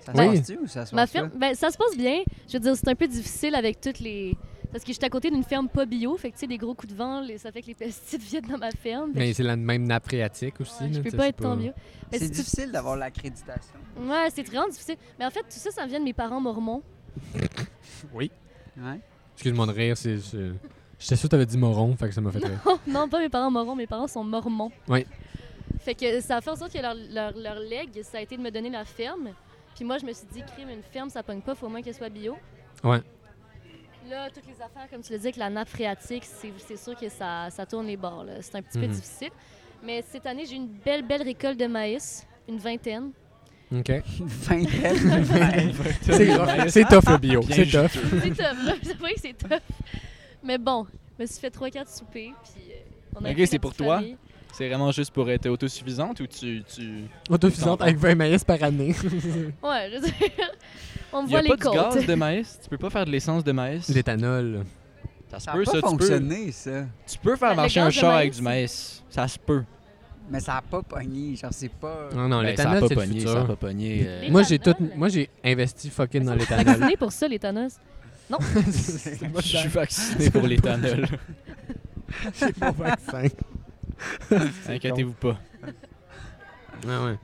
ça
Oui.
se passe-tu ou ça se
Ma
passe pas?
ferme, ben, ça se passe bien. Je veux dire, c'est un peu difficile avec toutes les. Parce que j'étais à côté d'une ferme pas bio, fait que tu sais, les gros coups de vent, les- ça fait que les pesticides viennent dans ma ferme. Fait que
Mais c'est la même nappe phréatique aussi.
je
là,
peux
tu sais,
pas
c'est
être tant mieux. Mais
C'est
c'est-
difficile d'avoir l'accréditation.
Ouais, c'est vraiment difficile. Mais en fait, tout ça, ça vient de mes parents mormons.
Ouais.
Excuse-moi de rire, c'est. c'est- J'étais sûr que t'avais dit moron, fait que ça m'a fait rire.
Oh, non, pas mes parents mormons, mes parents sont mormons.
Oui.
Fait que ça a fait en sorte que leur, leur, leur leg, ça a été de me donner la ferme. Puis moi, je me suis dit, crime, une ferme, ça pogne pas, faut au moins qu'elle soit bio.
Ouais.
Là, toutes les affaires, comme tu le dis, avec la nappe phréatique, c'est c'est sûr que ça, ça tourne les bords. là. C'est un petit
Mhm.
peu difficile. Mais cette année, j'ai eu une belle, belle récolte de maïs, une vingtaine.
Ok.
Une vingtaine de mètres.
C'est rough. C'est tough le bio.
Bien
C'est tough.
C'est tough, là. Vous savez que c'est tough. Mais bon, je me suis fait 3-4 soupers, puis euh, on a
Ok,
fait la
c'est pour
petite
toi?
famille.
C'est vraiment juste pour être autosuffisante ou tu. tu...
Autosuffisante avec 20 maïs par année.
Ouais, je veux dire, on
Y
voit
a pas
les
de gaz
côtes.
de maïs? Tu peux pas faire de l'essence de maïs?
L'éthanol.
Ça se
Ça
peut,
n'a pas
ça, tu peux.
fonctionné, ça.
Tu peux
Le
faire marcher
gaz
un
de
char
maïs.
avec du maïs. Ben, Ça se peut.
Mais ça n'a pas pogné. Genre, c'est pas.
Non, non,
Ben, ça
l'éthanol,
a pas
c'est le
pogné, ça a
futur.
pas pogné. euh,
Moi, j'ai tout,
L'éthanol?
moi, j'ai investi fucking dans l'éthanol.
Vacciné pour ça, les tanneuses.
c'est
Je suis vacciné pour l'éthanol.
mon vaccin.
Inquiétez-vous pas.
Ouais, Ah ouais.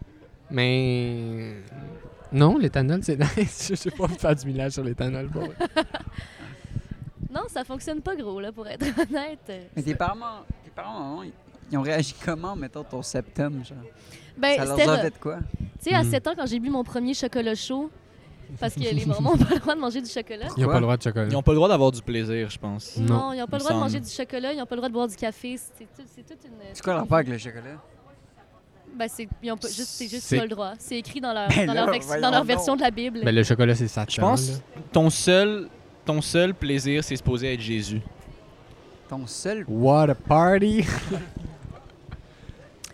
Mais. Non, l'éthanol, c'est nice. Je sais pas faire du millage sur l'éthanol. Bon.
Non, ça fonctionne pas gros, là, pour être honnête.
Mais tes parents, tes parents maman, ils- hein, ils ont réagi comment, mettons, ton septembre, genre?
Ben,
ça
c'était...
leur a
re-
fait de quoi?
Tu sais, à
Hmm.
Mhm.
7 ans, quand j'ai bu mon premier chocolat chaud, parce que les mormons n'ont pas le droit de manger du chocolat.
Ils n'ont
Quoi?
pas le droit de chocolat.
Ils n'ont pas le droit d'avoir du plaisir, je pense.
Non,
Non, ils n'ont pas le
il
droit de
me
manger
semble.
du chocolat, ils n'ont pas le droit de boire du café. C'est tout, c'est toute une...
C'est quoi leur rapport avec le chocolat?
Ben, c'est, ils ont pas, juste, c'est juste
C'est-
qu'ils ont le droit. C'est écrit dans leur,
Ben
dans
là,
leur, vex- dans
voyons
leur
donc.
version de la Bible.
Ben, le chocolat, c'est Satan.
Je pense-
là.
Ton seul, ton seul plaisir, c'est supposé être Jésus.
Ton seul.
What a party!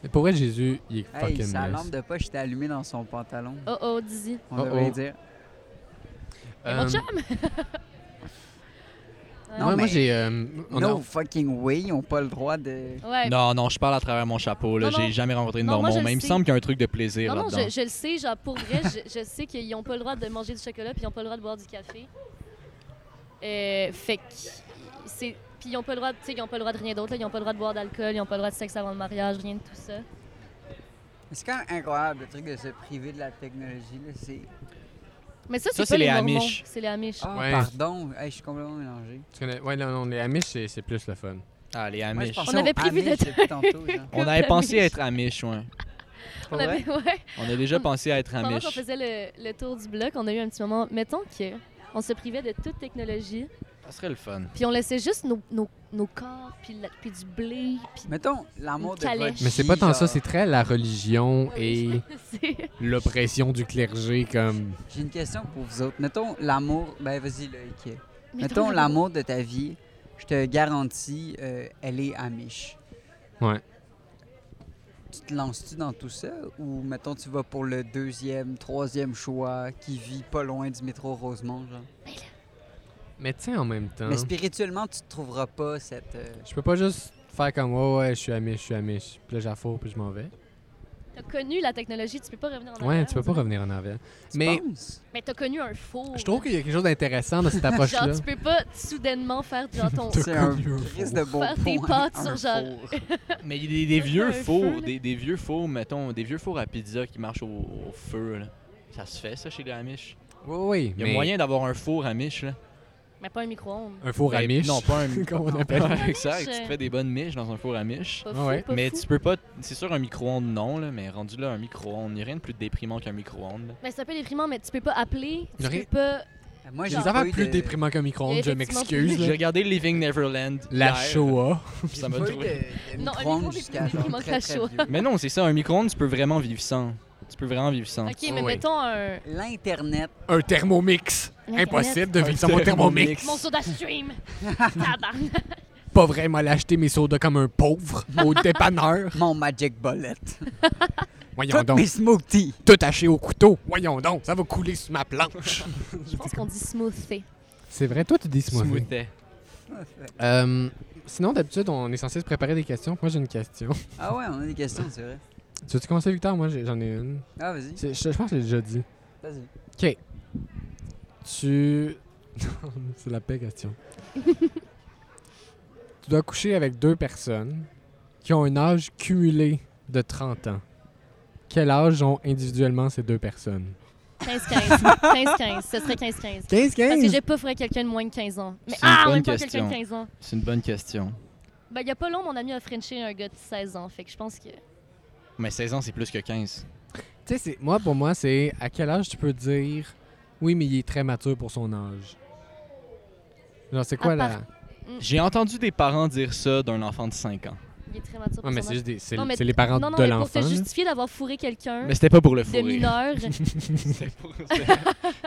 Mais Pour vrai, Jésus, il est
Hey,
fucking
sa
nice.
lampe de poche était allumée dans son pantalon.
Oh oh, Dizzy.
On
Oh,
devrait
oh.
dire.
Et mon
Euh,
chum?
Non, moi,
mais-
j'ai. euh, on a-
No fucking way, ils n'ont pas le droit de.
Ouais.
Non, non, je parle à travers mon chapeau. Là.
Non, non.
J'ai jamais rencontré de
Non, moi,
Normand,
je
mais
le
il me
sais.
semble qu'il y a un truc de plaisir
Non, non,
là-dedans.
je, je le sais, genre pour vrai, je, je sais qu'ils n'ont pas le droit de manger du chocolat puis ils n'ont pas le droit de boire du café. Euh, fait que c'est. Puis ils n'ont pas le droit, de- tu sais, ils n'ont pas le droit de rien d'autre, là. ils n'ont pas le droit de boire d'alcool, ils n'ont pas le droit de sexe avant le mariage, rien de tout ça.
C'est quand même incroyable le truc de se priver de la technologie. Là. C'est...
Mais ça,
Ça,
c'est
c'est
pas les,
les
Mormons,
Amish.
c'est les Amish.
Ah,
Ouais.
pardon, Hey, je suis complètement mélangé.
tu connais- Ouais, non, non, les Amish, c'est c'est plus le fun.
Ah, les
Moi, je
Amish.
pensais
On avait
aux
prévu
Amish
de-
depuis tantôt, genre.
On
Comme
avait
les
pensé
Amish.
être Amish, ouais.
On avait, ouais.
On a déjà pensé à être
Pendant qu'on
Amish.
faisait le, le tour du bloc, on a eu un petit moment. Mettons que on se privait de toute technologie,
Ça serait le fun.
puis on laissait juste nos, nos, nos corps, puis, la- puis du blé, puis.
Mettons, l'amour
Une
de votre
calèche.
vie,
Mais c'est pas tant ça,
genre.
c'est très la religion et
C'est-
l'oppression du clergé comme.
J'ai une question pour vous autres. Mettons, l'amour. Ben, vas-y, là, Ike.
Mettons,
Mettons, l'amour de ta vie, je te garantis, euh, elle est Amish.
Ouais.
Tu te lances-tu dans tout ça ou, mettons, tu vas pour le deuxième, troisième choix qui vit pas loin du métro Rosemont, genre?
Mais tu sais, en même temps,
Mais spirituellement, tu te trouveras pas cette. euh,
je peux pas juste faire comme ouais, ouais, je suis Amish, je suis Amish, puis là j'affour, puis je m'en vais.
T'as connu la technologie, tu peux pas revenir en arrière.
Ouais, tu peux pas
on dirait.
revenir en arrière.
tu
Mais-
penses?
Mais t'as connu un faux.
Je trouve qu'il y a quelque chose d'intéressant dans cette approche-là.
Genre, tu peux pas soudainement faire genre, ton.
T'as
C'est un
connu un
crise
four.
de beau
Faire tes
point,
pâtes sur
un
genre-
four.
Mais il y a des, des vieux
Un feu,
fours,
là.
des, des vieux fours, mettons, des vieux fours à pizza qui marchent au, au feu, là. Ça se fait, ça, chez les Amish?
Oui, oui,
Il y a
mais
moyen d'avoir un four Amish, là.
Mais pas un micro-ondes.
un four
Ben,
Amish.
Non, pas un...
Comment on appelle?
Ouais, exact,
Amish.
tu te fais des bonnes miches dans un four Amish.
Pas
Ah ouais.
fou, pas
mais
fou.
tu peux pas... C'est sûr, un micro-ondes, non, là, mais rendu là, un micro-ondes, il n'y a rien de plus déprimant qu'un micro-ondes. là.
Mais c'est un peu déprimant, mais tu peux pas appeler, tu
J'aurais-
peux pas.
Euh, Moi,
J'ai
j'ai
des
pas
affaires
eu
plus
de-
déprimants qu'un micro-ondes, je
Effectivement,
m'excuse.
J'ai
là.
regardé Living Neverland
La
hier,
Shoah.
puis ça m'a
Pas eu
trouvé-
de- de
Non, un
micro-ondes
micro,
jusqu'à
mais-
genre
il manque
très,
la
très
Shoah.
vieux.
Mais non, c'est ça, un micro-ondes, tu peux vraiment vivre sans. Tu peux vraiment vivre sans.
Ok, mais
Oui.
mettons un.
L'Internet.
Ah Un thermomix.
L'Internet.
Impossible de
Un
vivre sans mon thermomix.
Mon soda stream! Tabarnak!
Pas vraiment l'acheter mes sodas comme un pauvre au dépanneur.
Mon Magic Bullet.
Voyons
Toutes
donc.
mes smoothies.
Tout haché au couteau. Voyons donc, ça va couler sur ma planche.
Je pense qu'on dit smoothie.
C'est vrai, toi, tu dis smoothie.
Smoothie.
Euh, sinon, d'habitude, on est censé se préparer des questions. Moi, j'ai une question.
Ah ouais, on a des questions, c'est vrai.
Tu veux-tu commencer, Victor? Moi, j'ai- j'en ai une.
Ah, vas-y,
C'est- Je, je pense que j'ai déjà dit.
vas-y.
Tu... C'est la paix question. tu dois coucher avec deux personnes qui ont un âge cumulé de 30 ans. Quel âge ont individuellement ces deux personnes?
15-15. 15-15. Ce serait 15-15. Parce que
15-15?
j'ai pas fait quelqu'un de moins de 15 ans. Mais
C'est une
ah,
bonne
on pas quelqu'un
question.
de 15 ans.
C'est une bonne question.
Ben, il y a pas long, mon ami a frenché un gars de 16 ans. Fait que je pense que.
Mais 16 ans, c'est plus que 15.
Tu sais, c'est- moi, pour moi, c'est à quel âge tu peux dire oui, mais il est très mature pour son âge. Genre, c'est quoi
À
la.
part- Mm.
J'ai entendu des parents dire ça d'un enfant de 5 ans.
Il est très mature. pour
Ouais, mais
son
c'est
âge.
juste des- c'est-
Non, mais
c'est les parents
non, non,
de
mais pour
l'enfant.
te
là.
justifier d'avoir fourré quelqu'un
Mais c'était pas pour le
de
fourrer.
mineur.
C'était pour,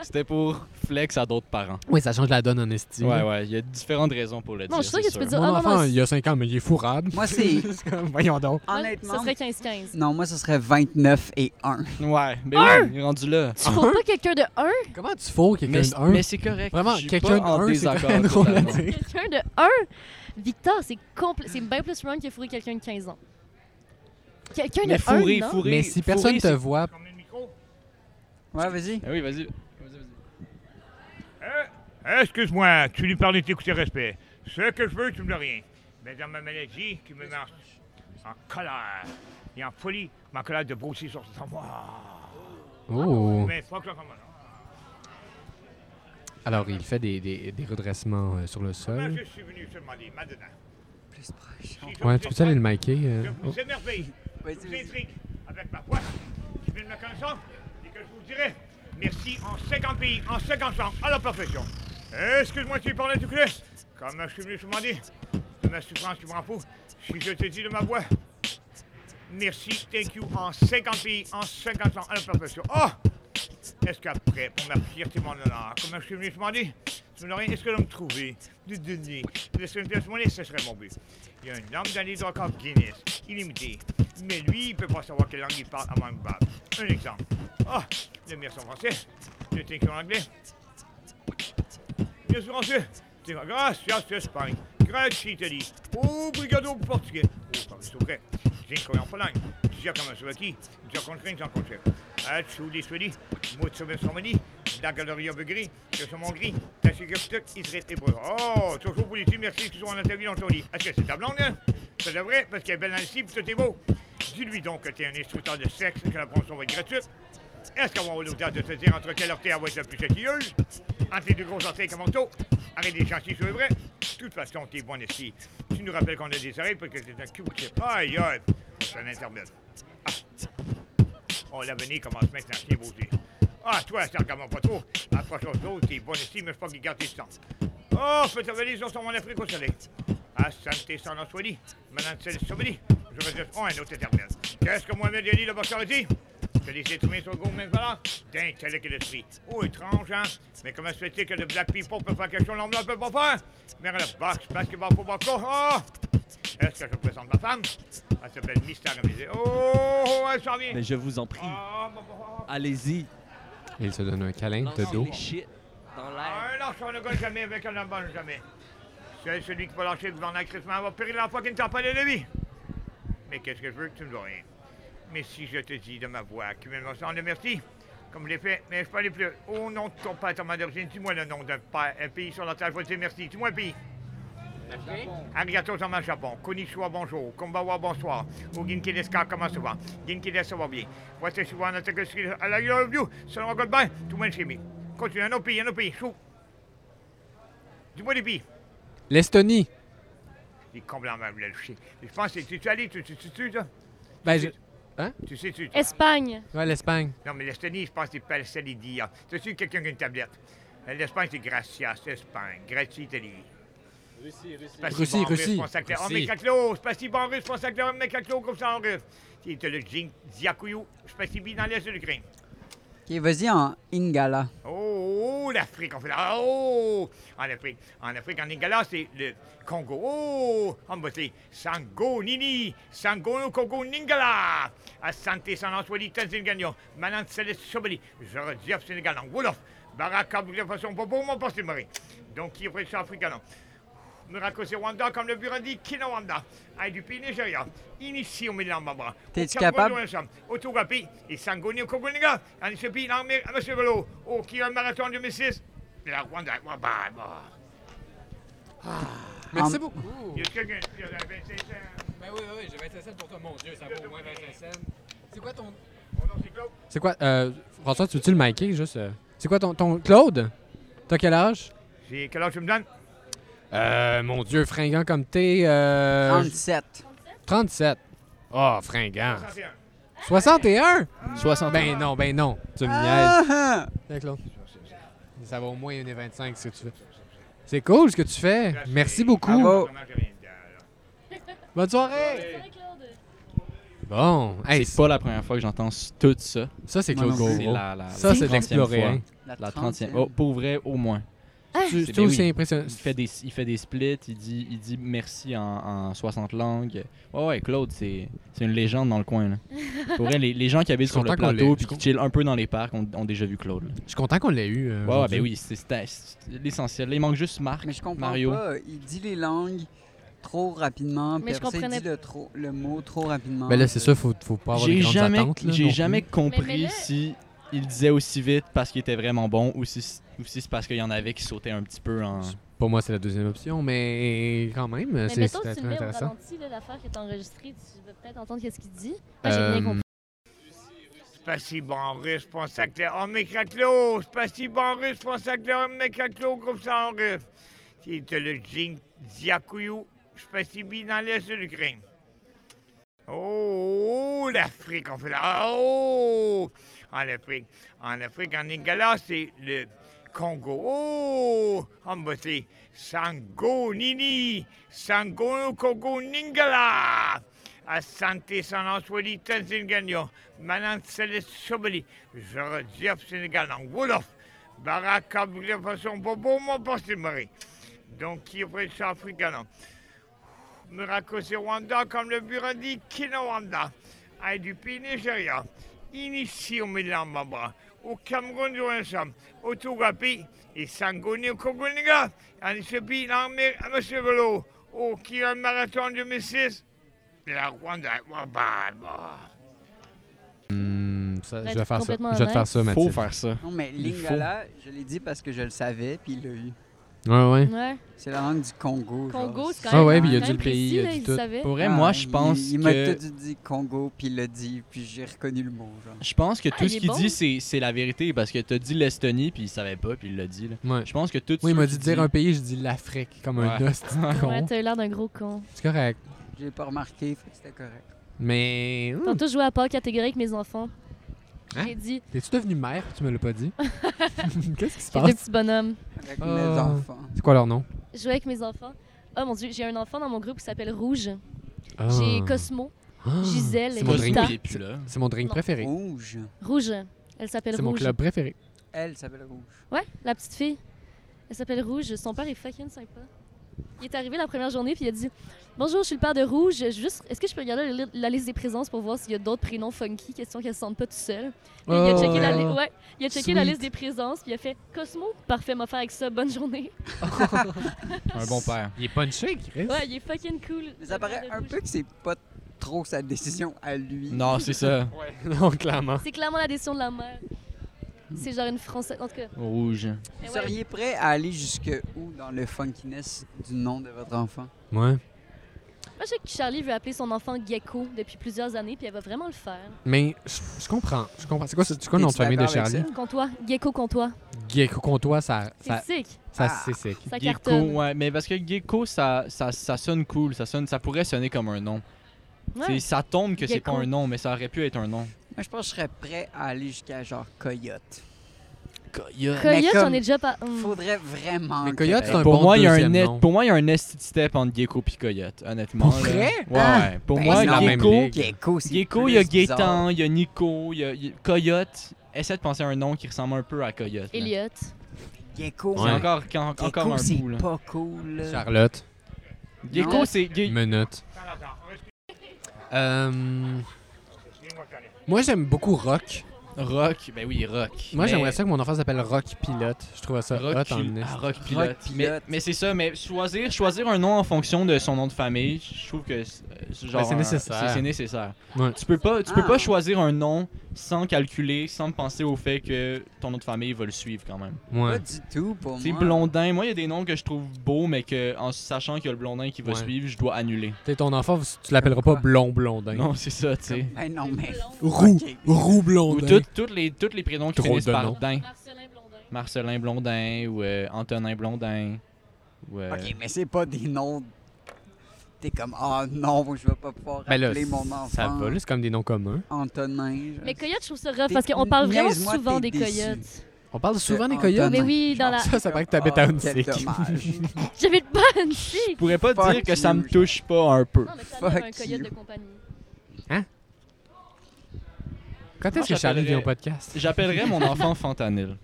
c'était pour flex à d'autres parents.
Oui, ça change la donne en estime.
Ouais, ouais, il y a différentes raisons pour le dire.
Non, je suis sûre que tu peux dire,
Mon
ah non,
enfant,
non,
il a 5 ans, mais il est fourrable.
Moi, c'est.
C'est comme, Voyons donc.
ça
Honnêtement.
serait 15-15.
Non, moi, ce serait 29 et 1.
Ouais,
ben
mais ouais, il est rendu là.
Tu fourres pas quelqu'un de 1,
Comment tu fourres quelqu'un
Mais,
de
mais
un?
c'est correct.
Vraiment,
je suis
quelqu'un
pas
de
en
un, c'est
désaccord
très drôle à
totalement.
dire.
quelqu'un de 1. Victor, c'est compl- c'est bien plus wrong que fourrer quelqu'un de 15 ans. Quelqu'un de
Mais
1,
fourré,
non?
fourré.
Mais si
fourré,
personne te
c'est-
voit,
Ouais, vas-y.
Ah oui, vas-y.
Euh, Excuse-moi, tu lui parlais d'écouter respect. Ce que je veux, tu me donnes rien. Mais dans ma maladie, qui me marche en colère et en folie, ma colère de brousser sur son moi.
Oh!
Mais fuck le comment.
Alors, il fait des, des, des redressements euh, sur le sol.
Je suis venu seulement demander, maintenant.
Plus proche.
Si je
Ouais,
vous
tu peux aller le micer?
étonne,
euh,
Je vous émerveille,
Vas-y,
je vous
vas-y.
intrigue avec ma voix. Je vais de ma connaissance et que je vous dirai merci en 50 pays, en 50 langues, à la perfection. Euh, Excuse-moi, tu parlais du clé. Comme je suis venu demander, de ma souffrance, tu m'en fous. Si je te dis de ma voix, merci, thank you, en 50 pays, en 50 langues, à la perfection. Oh! Est-ce qu'après, pour ma fierté, mon honneur, comme je suis venu demander, tu me rien, est-ce que l'homme trouvé, de donner, de ce que je demander, ce serait mon but. Il y a un homme dans les records Guinness, illimité, mais lui, il peut pas savoir quelle langue il parle avant que batte. Un exemple. Ah, le merci en français, le thank you en anglais, le français, Gracias, gracias, Espanha. Grazie, Italia. Obrigado, Português. Oh, comme c'est vrai. J'ai en Pologne. J'ai comme en Slovaquie. J'ai rencontré, j'ai rencontré. A čudy svědy, moc se vesomení, la galerie Begri, que ce mon gris, la sécurité Israël et Oh, toujours politi, merci, toujours en interview, Anthony. Est-ce que c'est ta blonde, hein? C'est de vrai, parce qu'elle est belle dans le cible, tout est beau. Dis-lui donc que t'es un instructeur de sexe, que la promotion va être gratuite. Est-ce qu'on va avoir l'audace de te dire entre quelle orteil va être la plus châtilleuse? Entre les deux grosses orteils comme manteau? Arrête des chantiers sur le vrai. De toute façon, t'es bon ici. Tu nous rappelles qu'on a des oreilles parce que t'es un cul. Aïe, aïe, c'est un intermède. Ah. Oh, l'avenir commence maintenant, c'est beau dire. Ah, toi, ça regarde pas trop. Approche-toi d'autres, t'es bon ici, mais je pas qu'ils gardent distance. Oh, fais ta valise, on s'en va en Afrique au soleil. Ah, santé, sans en soigner. Madame Celle Sommeli, je rejette oh, un autre éternel. Qu'est-ce que Mohamed Ali, le boxeur, a dit? Je l'ai trouvé sur le goût, même voilà, d'intellect et d'esprit. Oh, étrange, hein? Mais comment se fait-il que le Black People peut faire quelque chose, l'homme ne peut pas faire? Mais la boxe, basketball, football, oh! Est-ce que je présente ma femme? Elle s'appelle Mystère Amusé. Oh, oh, elle s'en vient!
Mais je vous en prie. bah, Allez-y.
Il se donne un câlin de
Lance
dos.
les shit dans l'air.
Un lâche, Ah, on ne gagne jamais avec un homme bon, jamais. C'est celui qui va lâcher devant un Christmas va périr la fois qu'il ne t'a pas de lui. Mais qu'est-ce que je veux que tu me dois rien? Mais si je te dis de ma voix, que me sens de merci, comme je l'ai fait, mais je parlais plus. Au nom de ton père, ta mère d'origine, dis-moi le nom d'un pa- un pays sur la terre, je vais te dire merci. Dis-moi un pays. Arigato sama Japon, Konnichiwa bonjour, Kombawa bonsoir, ou Ginkideska comment ça va, Ginkideska va bien. Voici souvent notre question à la gueule view, selon Goldberg, tout le monde chez moi. Continue, un autre pays, un autre pays, chou. Dis-moi les pays.
L'Estonie.
Il est complètement le chien. Je pense que tu tu es allé, tu tu tu tu là?
Ben, je... Hein?
Tu sais, tu. tu-
Espagne.
Ouais, l'Espagne.
Non, mais l'Estonie, je pense que c'est Palsalidia. Tu sais, quelqu'un qui a une tablette. Euh, L'Espagne, c'est Gracias, Espagne. Grazie, Italie.
Russie, Russie.
Pas si
Russie,
bon russe,
Russie.
mon sacré- Oh,
Russie.
mais Caclo, c'est pas si bon russe, mon sacré, Oh, mais Caclo, comme ça en russe. C'est le Jing Diakouyou, je passe si bien dans l'est de l'Ukraine.
Ok, vas-y en Ingala.
Oh, oh, l'Afrique, on fait là. Oh, en Afrique, en Afrique, en Ingala, c'est le Congo. Oh, on va dire Sango Nini, Sango Congo Ningala. À santé, sans answali, Tanzingagnon, Manan Céleste Sobeli, je redis Sénégal, en Wolof, Baraka, de façon pas pour mon passé marin. Donc, qui est vrai, c'est africain, non? Murakose Rwanda, comme le bureau dit, Kinawanda, Aïe du pays Nigeria, Initie au Milan Mabra.
T'es-tu
Au Cap
capable?
Bordeaux, ensemble, Au Tourapi, et Sangoni au Kogoninga, en Éthiopie, l'armée, à Monsieur Velo, au Kira Marathon 2006, et la Rwanda, bah, bah, bah.
Merci
En-
beaucoup.
Y a quelqu'un qui a la 25 cents?
Ben oui, oui, oui, j'ai 25 cents pour toi. Mon Dieu, ça vaut au moins 25 cents. C'est quoi ton.
Mon nom, c'est Claude.
C'est quoi, euh, François, tu veux-tu le micer juste? euh? C'est quoi ton, ton... Claude? T'as quel âge?
J'ai- Quel âge tu me donnes?
Euh, mon Dieu, fringant comme t'es, euh...
37.
37. Oh, fringant.
61.
61?
60
Ben non, ben non. Tu me niaises.
Ah, ah.
Tiens, Claude. Ça va au moins une et 25, ce que tu fais. C'est cool ce que tu fais. Merci beaucoup.
Bravo.
Vraiment, j'ai rien de dire, là.
Bonne soirée. Bon. Hey,
C'est pas la première fois que j'entends s- tout ça.
ça, c'est
Moi
Claude
non plus.
Gauvreau.
C'est la, la,
Ça, c'est
30e
d'explorer,
fois.
hein.
La 30e.
30e.
Oh, pour vrai, au moins.
Ah!
Tu-
C'est
C'est aussi
bien, oui.
impressionnant.
Il fait des, il fait des splits, il dit, il dit merci en, en 60 langues. Ouais, ouais, Claude, c'est c'est une légende dans le coin. Là. Pour vrai, les, les gens qui habitent
Je
sur le
comprends qu'on l'ait,
plateau
je
puis qui
comprends.
chillent un peu dans les parcs ont, ont déjà vu Claude. là.
Je suis content qu'on l'ait eu. euh,
Ouais, ouais,
aujourd'hui.
ben oui, c'est c'est- c'est l'essentiel. Il manque juste Marc,
Mais je comprends
Mario.
pas. Il dit les langues trop rapidement.
Mais je
Percé
comprenais-
dit le, trop- le mot trop rapidement.
Ben là, c'est ça, faut, faut pas avoir de
J'ai
grandes
jamais,
attentes. là, non
j'ai
plus.
jamais
Mais- mais
compris
là-
si il disait aussi vite parce qu'il était vraiment bon ou si, ou si c'est parce qu'il y en avait qui sautaient un petit peu en.
Pour moi, c'est la deuxième option, mais quand même,
Mais
Euh, c'est
mettons
c'est
que tu
très
le mets au
intéressant.
ralenti, là, l'affaire qui est enregistrée, tu peux peut-être entendre qu'est-ce qu'il dit. Moi, j'ai
Euh,
bien compris.
C'est pas si bon en russe, pour ça que le homme est caclo. Oh, C'est pas si bon en russe, pour ça que le homme est caclo Oh, comme ça oh, en russe. C'est le Jing Diakouyou. Je suis pas si bien dans l'est de l'Ukraine. Oh, oh, l'Afrique, on fait là. Oh, en Afrique. En Afrique, en Ingala, c'est le Congo. Oh, on va dire Sango Nini. Sango Congo Ningala. À santé, sans answali, Tanzingagnon. Manan Céleste Sobeli. Je redis au Sénégal en Wolof. Baraka, de façon bobo, mon passé marie. Donc, qui est vrai, c'est africain. non? Murakose Rwanda, comme le bureau Ah, dit, Kinawanda, Aïe du pays Nigeria, Initio Milan Mabra, au Cameroun du Rwanda, au Tugapi, et Sangoni au Koguniga, en Éthiopie, l'armée à M. Velo, au Kiran Marathon 2006, la Rwanda, bah, bah, bah.
Hmm,
Ben,
ça- je
Être
vais faire ça.
complètement
Je vais te faire ça,
honnête. Faut
Mathilde.
faire ça.
Non, mais
Il faut.
Lingala, je l'ai dit parce que je le savais, puis il l'a eu.
Ouais, ouais.
Ouais.
C'est la langue du Congo. genre.
Congo, c'est quand
Ah
même.
ouais, puis il a
quand
dit
même
le pays,
précis,
il a
là,
dit
il
tout.
savait.
Pour vrai, moi,
Ah,
je pense
il, il
que-
m'a tout dit Congo, puis il l'a dit, puis j'ai reconnu le mot. Genre.
Je pense que tout
Ah, il
ce
est
qu'il
bon.
dit, c'est- c'est la vérité parce que t'as dit l'Estonie, puis il savait pas, puis il l'a dit. là.
Ouais.
Je pense que tout
Oui, il
ceux
m'a
qui
dit de dire
disent-
un pays, je dis l'Afrique, comme un
Ouais.
os de
Ouais,
con.
t'as eu l'air d'un gros con.
C'est correct.
J'ai pas remarqué, fait que c'était correct.
Mais. hmm,
Tantôt, je jouais à part catégorie avec mes enfants.
Hein?
J'ai dit,
T'es-tu devenue mère Tu me l'as pas dit. Qu'est-ce qui se
j'ai deux
passe
petits bonhommes.
Avec mes
Ah.
enfants.
C'est quoi leur nom
Je jouais avec mes enfants. Oh mon dieu, j'ai un enfant dans mon groupe qui s'appelle Rouge.
Ah.
J'ai Cosmo,
Ah.
Gisèle
C'est
et
mon
Cosmo,
drink.
Rita.
il est plus là.
C'est mon drink
Non.
préféré.
Rouge.
Rouge. Elle s'appelle
C'est
Rouge.
mon club préféré.
Elle s'appelle Rouge.
Ouais, la petite fille. Elle s'appelle Rouge. Son père est fucking sympa. Il est arrivé la première journée puis il a dit Bonjour, je suis le père de Rouge. Je- Juste, est-ce que je peux regarder la li- la liste des présences pour voir s'il y a d'autres prénoms funky, question qu'elle se sente pas toute seule. Puis il a checké, la, li-
Oh.
ouais, il a checké la
Sweet.
liste des présences puis il a fait Cosmo, parfait, m'a fait avec ça, bonne journée.
Un bon père.
Il est punché, Chris.
Ouais, il est fucking cool.
Mais
le
ça
père
paraît
de
un
Rouge.
peu que c'est pas trop sa décision à lui.
Non, c'est ça.
non, clairement.
C'est clairement la décision de la mère. C'est genre une française. En tout cas,
Rouge.
eh
Vous
ouais.
seriez prêt à aller jusque où dans le funkiness du nom de votre enfant?
Ouais.
moi je sais que Charlie veut appeler son enfant Gecko depuis plusieurs années, puis elle va vraiment le faire.
Mais je je comprends. Je comprends. C'est quoi, c'est c'est quoi le nom de
Es-tu
famille de
d'accord avec
Charlie
Comptoir, Gecko Comptoir.
Gecko Contois, ça,
C'est
ça,
sick,
ça
Ah.
c'est sec.
ça
Gecko,
cartonne.
ouais, mais parce que Gecko, ça, ça, ça sonne cool, ça, sonne, ça pourrait sonner comme un nom.
Ouais.
C'est- Ça tombe que c'est pas
Gecko.
un nom, mais ça aurait pu être un nom.
Moi, je pense que je serais prêt à aller jusqu'à genre Coyote.
Coyote,
comme-
j'en ai déjà pas. hum.
Faudrait vraiment.
Mais
que-
Coyote, c'est un
pour,
bon
moi, il y a un
deuxième
net-
nom.
pour moi, il y a un nasty step entre Gecko et Coyote, honnêtement.
Pour
là.
vrai?
Ouais,
Ah,
ouais. Pour
ben
moi,
c'est dans la
même
Gecko,
ligue.
Gecko, c'est
Gecko, il y a
plus bizarre.
Gaétan, il y a Nico, il y a, il y a Coyote. Essaie de penser à un nom qui ressemble un peu à Coyote. là.
Elliot.
Gecko,
C'est
Ouais.
encore, quand-
Gecko,
encore un
c'est
bout. Là.
pas cool. là.
Charlotte,
Gecko,
Non.
Euh. c'est. Ge-
menotte. Euh, moi, j'aime beaucoup Rock.
Rock, ben oui, Rock.
Moi,
Mais-
j'aimerais ça que mon enfant s'appelle Rock Pilote. Je trouve ça
Rock,
hot en
Pil-
est.
ah, Rock Pilote.
Pilote.
Mais, mais c'est ça, mais choisir, choisir un nom en fonction de son nom de famille, je trouve que c'est- euh, genre
Ben, c'est
un-
nécessaire.
c'est- C'est nécessaire.
Ouais.
Tu peux pas, tu peux
Ah.
pas choisir un nom sans calculer, sans penser au fait que ton nom de famille va le suivre quand même.
Pas
Ouais.
du tout pour
Tu sais,
moi.
Blondin, moi il y a des noms que je trouve beaux, mais que en sachant qu'il y a le Blondin qui va
Ouais.
suivre, je dois annuler.
T'es ton enfant, tu l'appelleras pas
Pourquoi?
Blond Blondin.
Non, c'est ça, tu sais.
Ben non, mais.
Roux.
Ok.
Roux
Ou
Blondin.
tout- toutes les, tous les prénoms qui
Drôle
finissent
de
par
nom.
Blondin.
Marcelin Blondin.
Marcelin Blondin ou euh, Antonin Blondin. Ou, euh,
Ok, mais c'est pas des noms. T'es comme, ah non, je vais pas pouvoir
Ben là,
appeler mon enfant.
ça va, là, c'est comme des noms communs.
Antonin.
Mais
que
Coyote, je trouve ça rough
T'es-
parce qu'on parle vraiment
niaise-moi,
souvent
t'es
des
Euh, déçu.
coyotes.
On parle souvent des
Antonin.
coyotes.
Mais oui, dans la.
Ça, ça paraît que
Ah.
t'habites à
Oh, Quel
Huntsick.
dommage.
J'avais de bonne fille.
Je pourrais pas
Fuck
dire que ça
you,
me touche pas un peu.
Non, mais ça
Fuck
devient un coyote
you.
de compagnie.
Quand
Moi,
est-ce que Charlie
j'appellerais-
vient au podcast?
J'appellerais mon enfant Fantanil.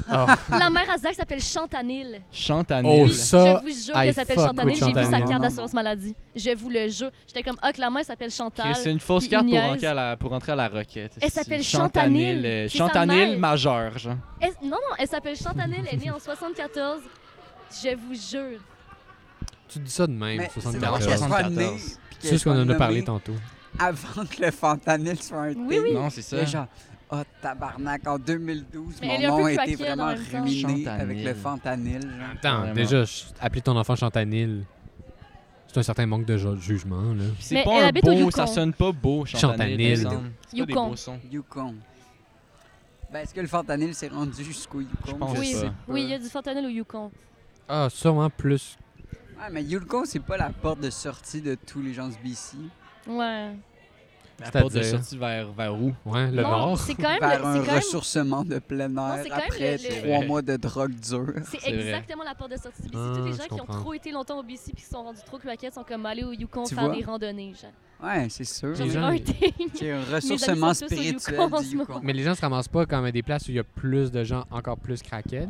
Oh,
Ah.
La mère à Zach s'appelle Chantanil.
Chantanil.
Oh,
Oui,
ça,
Je vous jure
I
qu'elle s'appelle
fuck
Chantanil.
with
J'ai vu sa
Chantanil.
carte d'assurance maladie. Je vous le jure. J'étais comme, ah, clairement, elle s'appelle Chantal.
C'est une fausse
Puis
carte
il
pour
niaise.
rentrer, à la, pour rentrer à la roquette.
Elle
C'est
s'appelle Chantanil.
Chantanil. euh,
C'est sa
Chantanil
mère.
majeur, genre.
Elle- non, non, elle s'appelle Chantanil, elle est née en 74. Je vous jure.
tu dis ça de même,
Mais c'est
drôle
vrai
74.
qu'elle soit
74.
née, puis
C'est
qu'elle
ce qu'on en a
soit
parlé
nommée
tantôt.
Avant que le fentanyl soit un
Oui,
thé.
oui.
Non, c'est ça.
Les gens, oh tabarnak, en 2012,
Mais
mon
elle est un
nom
peu
a été
craquée, en
vraiment
même temps.
ruiné
Chantanil.
avec le fentanyl. genre.
Attends,
Vraiment.
déjà, je- appeler ton enfant Chantanil, c'est un certain manque de ju- jugement, là.
Puis C'est
Mais
pas
elle
un
habite au
beau,
Yukon.
ça sonne pas beau, Chantanil. il
Chantanil.
me semble. C'est pas des
Yukon.
beaux sons.
Yukon. Ben, est-ce que le fentanyl s'est rendu jusqu'au Yukon?
Je pense
Oui,
pas.
oui, il y a du Fantanil au Yukon.
Ah, sûrement plus.
Ouais, Ah, mais Yukon, c'est pas la porte de sortie de tous les gens de BC.
Ouais.
La porte de
C'est-à-dire?
sortie vers, vers où?
Ouais, le
non,
nord.
C'est quand même.
Vers
le-
un
C'est quand même-
ressourcement de plein air
c'est quand même
après
le- le-
trois
Ouais.
mois de drogue dure.
c'est
C'est vrai.
exactement la porte de sortie du BC.
Ah,
Tous les
je
gens qui ont
comprends.
trop été longtemps au BC puis qui sont rendus trop claquettes sont comme allés au Yukon
Tu
faire
vois?
des randonnées. Genre.
Ouais, c'est sûr.
Les
J'en ai
gens,
un
ils-
ding.
C'est un ressourcement
amis sont tous au
spirituel
Yukon en
du
ce moment.
Yukon.
Mais les gens se ramassent pas comme à des places où il y a plus de gens encore plus craquables.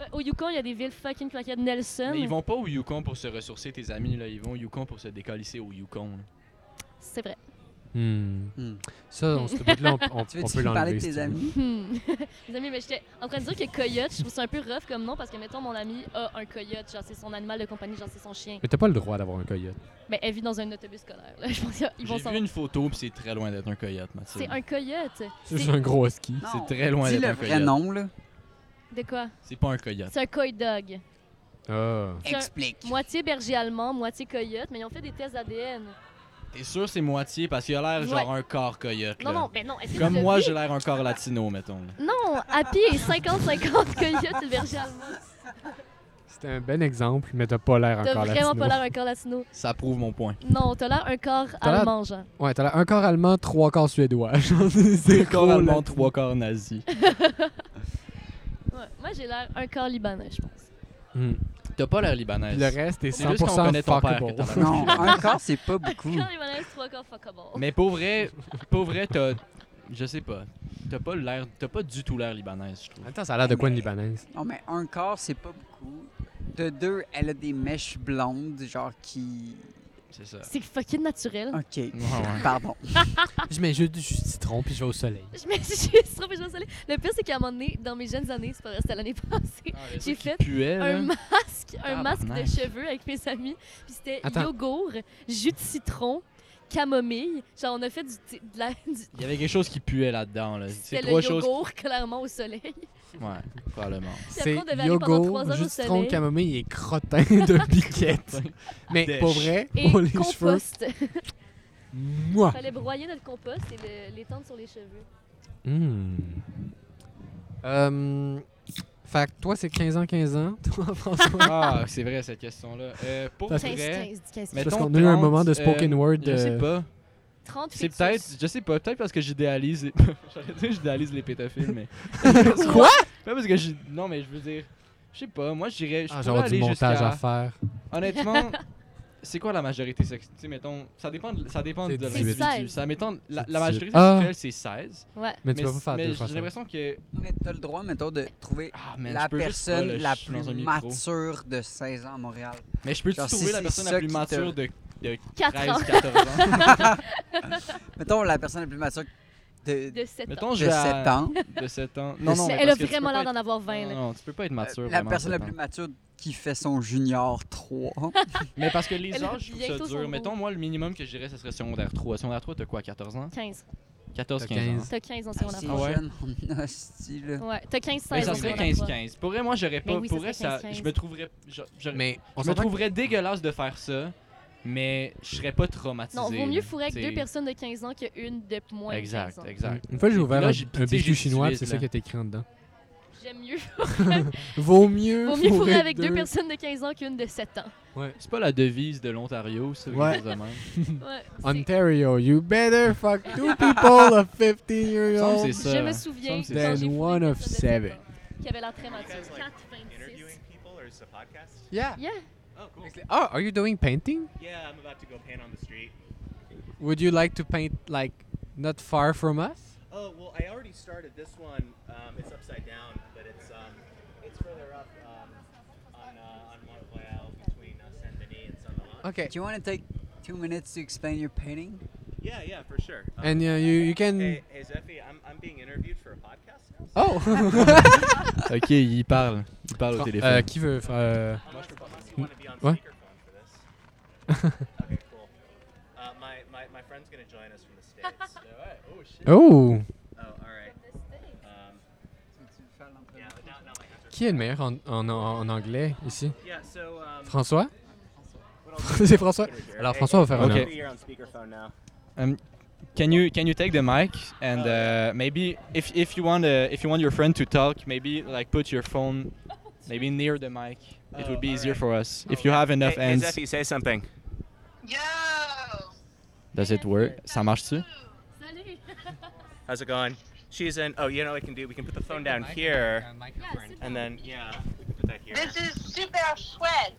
Euh, Au Yukon, il y a des villes fucking claquettes. Nelson.
Mais ils vont pas au Yukon pour se ressourcer, tes amis. là. Ils vont au Yukon pour se décalisser au Yukon. là.
C'est vrai.
Hmm.
Hmm.
Ça, on, ce bout-là, on, on-
Tu
on
veux-tu
peut l'enlever.
parler de tes
si tu veux.
amis?
Hmm. Les amis, mais j'étais en train de dire que coyote, je trouve ça un peu rough comme nom parce que, mettons, mon ami a un coyote, genre c'est son animal de compagnie, genre c'est son chien.
Mais t'as pas le droit d'avoir un coyote.
Mais elle vit dans un autobus scolaire. là. Je pense qu'ils vont
J'ai
s'en.
vu une photo, puis c'est très loin d'être un coyote,
C'est
Mathilde.
un coyote.
C'est juste un gros ski.
Non.
C'est très loin
Dis
d'être
le
un
vrai
coyote.
nom, là.
De quoi
C'est pas un coyote.
C'est un coy dog.
Ah.
C'est un-
Explique.
Moitié berger allemand, moitié coyote, mais ils ont fait des tests ADN.
T'es sûr c'est moitié parce qu'il a l'air genre un corps coyote.
Non,
là.
non, mais non, est-ce que
Comme
tu as
moi,
vu?
j'ai l'air un corps latino, mettons. là.
Non, Happy est 50-50 coyote et berger allemand.
C'était un bel exemple, mais t'as pas l'air
T'as
encore
vraiment
latino.
pas l'air un corps latino.
Ça prouve mon point.
Non, t'as l'air un corps
T'as l'air-
allemand, genre.
Ouais, t'as l'air un corps allemand, trois corps suédois. Genre, c'est
Deux corps
trop
allemands,
latino.
trois corps nazis.
Ouais, Moi, j'ai l'air un corps libanais, je pense.
Hmm.
T'as pas l'air
Puis
libanaise.
le reste est
C'est juste qu'on
100%
connaît ton père. que
fuckable.
t'as l'air
Non,
libanaise.
un corps, c'est pas
Un
beaucoup.
corps libanais, trois corps fuckable.
Mais pour vrai, pour vrai, t'as, je sais pas, t'as pas l'air, t'as pas du tout l'air libanaise, je trouve.
Attends, ça a l'air de quoi une libanaise?
Non, mais un corps, c'est pas beaucoup. De deux, elle a des mèches blondes, genre qui.
C'est ça.
C'est fucking naturel.
Ok.
ouais.
Pardon.
Je mets juste du jus de citron puis je vais au soleil.
Je me suis juste trompée, je me suis allée. Le pire, c'est qu'à un moment donné, dans mes jeunes années, c'est pas vrai, c'était l'année
Ah,
passée, j'ai fait
Puel,
un masque, un masque de
Tabarnak.
cheveux avec mes amis. Puis c'était
Attends.
yogourt, jus de citron, camomille. Genre, on a fait du, thé- de la, du-
Il y avait quelque chose qui puait là-dedans. Là. C'est
c'était le
trois choses.
yogourt, clairement, au soleil.
Ouais, probablement.
C'est
après, on devait aller pendant trois heures
yogourt,
au
jus de citron,
soleil.
camomille et crottin de piquette. Mais
Dèche.
pour vrai,
Et
pour les cheveux,
compost.
moi.
fallait broyer notre compost et le- l'étendre sur les cheveux.
Hmm. Euh, fait que toi, c'est 15 ans, 15 ans. Toi, François.
Ah, c'est vrai cette question-là. Euh, pour
Parce-
vrai,
15, 15.
C'est
mettons
parce qu'on a eu un
30,
moment de spoken
euh,
word.
Je sais
euh,
pas.
30
C'est
fœtus.
peut-être, je sais pas, peut-être parce que j'idéalise, j'allais dire j'idéalise les pédophiles, mais
Quoi?
pas parce que j'ai, non mais je veux dire, je sais pas, moi j'irais, je
Ah,
pourrais
j'aurais du
aller
montage
jusqu'à-
à faire.
Honnêtement, c'est quoi la majorité sexuelle? Tu sais, mettons, ça dépend de, ça dépend de
C'est
l'individu.
16.
Ça, mettons, la,
C'est
la majorité
Ah.
sexuelle, c'est 16.
Ouais.
Mais tu vas pas faire
mais
deux fois
j'ai
ça.
l'impression que...
Mais T'as le droit, mettons, de trouver
Ah, man,
la
je peux juste
personne
pas, là,
la
je suis dans
plus
un micro.
mature de 16 ans à Montréal.
Mais je peux
Genre,
trouver
si
la
c'est
personne
ça
la plus
qui te-
mature de, de
4 ans.
13-14 ans.
Mettons, la personne la plus mature de, de
De 7 ans.
mettons, je
7
vais à-
ans.
De 7 ans. Non, non,
Mais
mais
elle a
parce que tu peux
vraiment
pas
l'air
être-
d'en avoir 20.
Non,
là.
non, tu peux pas être mature.
Euh, la
vraiment,
personne la
sept
plus
ans.
mature qui fait son junior 3.
Mais parce que les
Elle a
âges, je
bientôt
trouve
son
ça dur.
rôle.
Mettons, moi, le minimum que j'irais, ce serait secondaire 3. Secondaire 3, t'as quoi, 14 ans
15.
14-15 ans.
15.
T'as 15 ans, si
Ah,
on
c'est
ouais?
jeune, on a style.
Ouais, t'as 15, 16
Mais ça
on
serait
en a pas.
15-15. Pour vrai, moi, j'aurais pas.
Ben oui,
pour
ça
vrai,
serait
ça,
15-15.
je me trouverais. je- je-
Mais on
Je me
s'entend que-
trouverais dégueulasse de faire ça, mais je serais pas traumatisé.
Non, vaut mieux
là,
fourrer avec
t'sais.
deux personnes de 15 ans qu'une de moins de 15
Exact,
ans.
exact.
Une fois, j'ai ouvert
Là,
un,
j'ai-
un
tu sais,
bisou
j'ai
chinois, puis
18,
c'est ça
là.
qui est écrit en dedans.
J'aime mieux.
Vaut mieux.
Vaut mieux fourrer avec deux personnes de 15 ans qu'une de 7 ans.
C'est pas la devise de l'Ontario, ça,
Ouais.
quelque chose de même.
Ouais, c'est-
Ontario, you better fuck two people of 15
Il me
years
semble que
old.
c'est ça.
Je
hein.
me
Il
souviens
me
quand j'ai fourré une
que c'est ça.
semble
Then
personne
one of
de 7
seven.
ans Qui avait l'air très mature.
guys, like,
4, 26.
people, or is it podcast?
Yeah.
Yeah.
Oh, cool.
Oh, are you doing painting?
Yeah, I'm about to go paint on the street.
Would you like to paint, like, not far from us?
Oh, well, I already started this one. Um, it's upside down, but it's um, it's further up um, on, uh, on Montreal between uh, Saint Denis and Saint Laurent.
Okay.
Do you want to take two minutes to explain your painting?
Yeah, yeah, for sure. Um,
And uh, you, you can.
hey, hey, Zeffie, I'm, I'm being interviewed for a podcast now. so-
Oh!
Ok, il parle. Il parle au téléphone.
Euh, qui veut. faire, euh,
Unless, unless you want to be on
What?
speakerphone for this. okay, cool. Uh, my, my, my friend's gonna join us from the states. Oh shit.
Oh!
Oh, all right. Um, yeah, but now, now my hands
Qui est le meilleur en, en- en anglais ici?
are. Yeah, so um,
François?
what I'll
c'est François. Alors, François va faire un
Ok.
autre.
Maybe you're on speakerphone now.
Um, can you can you take the mic and
Oh, yeah.
uh, maybe if if you want uh, if you want your friend to talk, maybe like put your phone maybe near the mic. it
Oh,
would be easier
alright. Oh,
for us if you have enough
hey,
hands.
Zeffie, say something.
Does it work? Ça marche-tu?
Salut!
How's it going? She's in. Oh, you know what we can do? We can put the phone down here, and then yeah, we can put that here.
This is super chouette.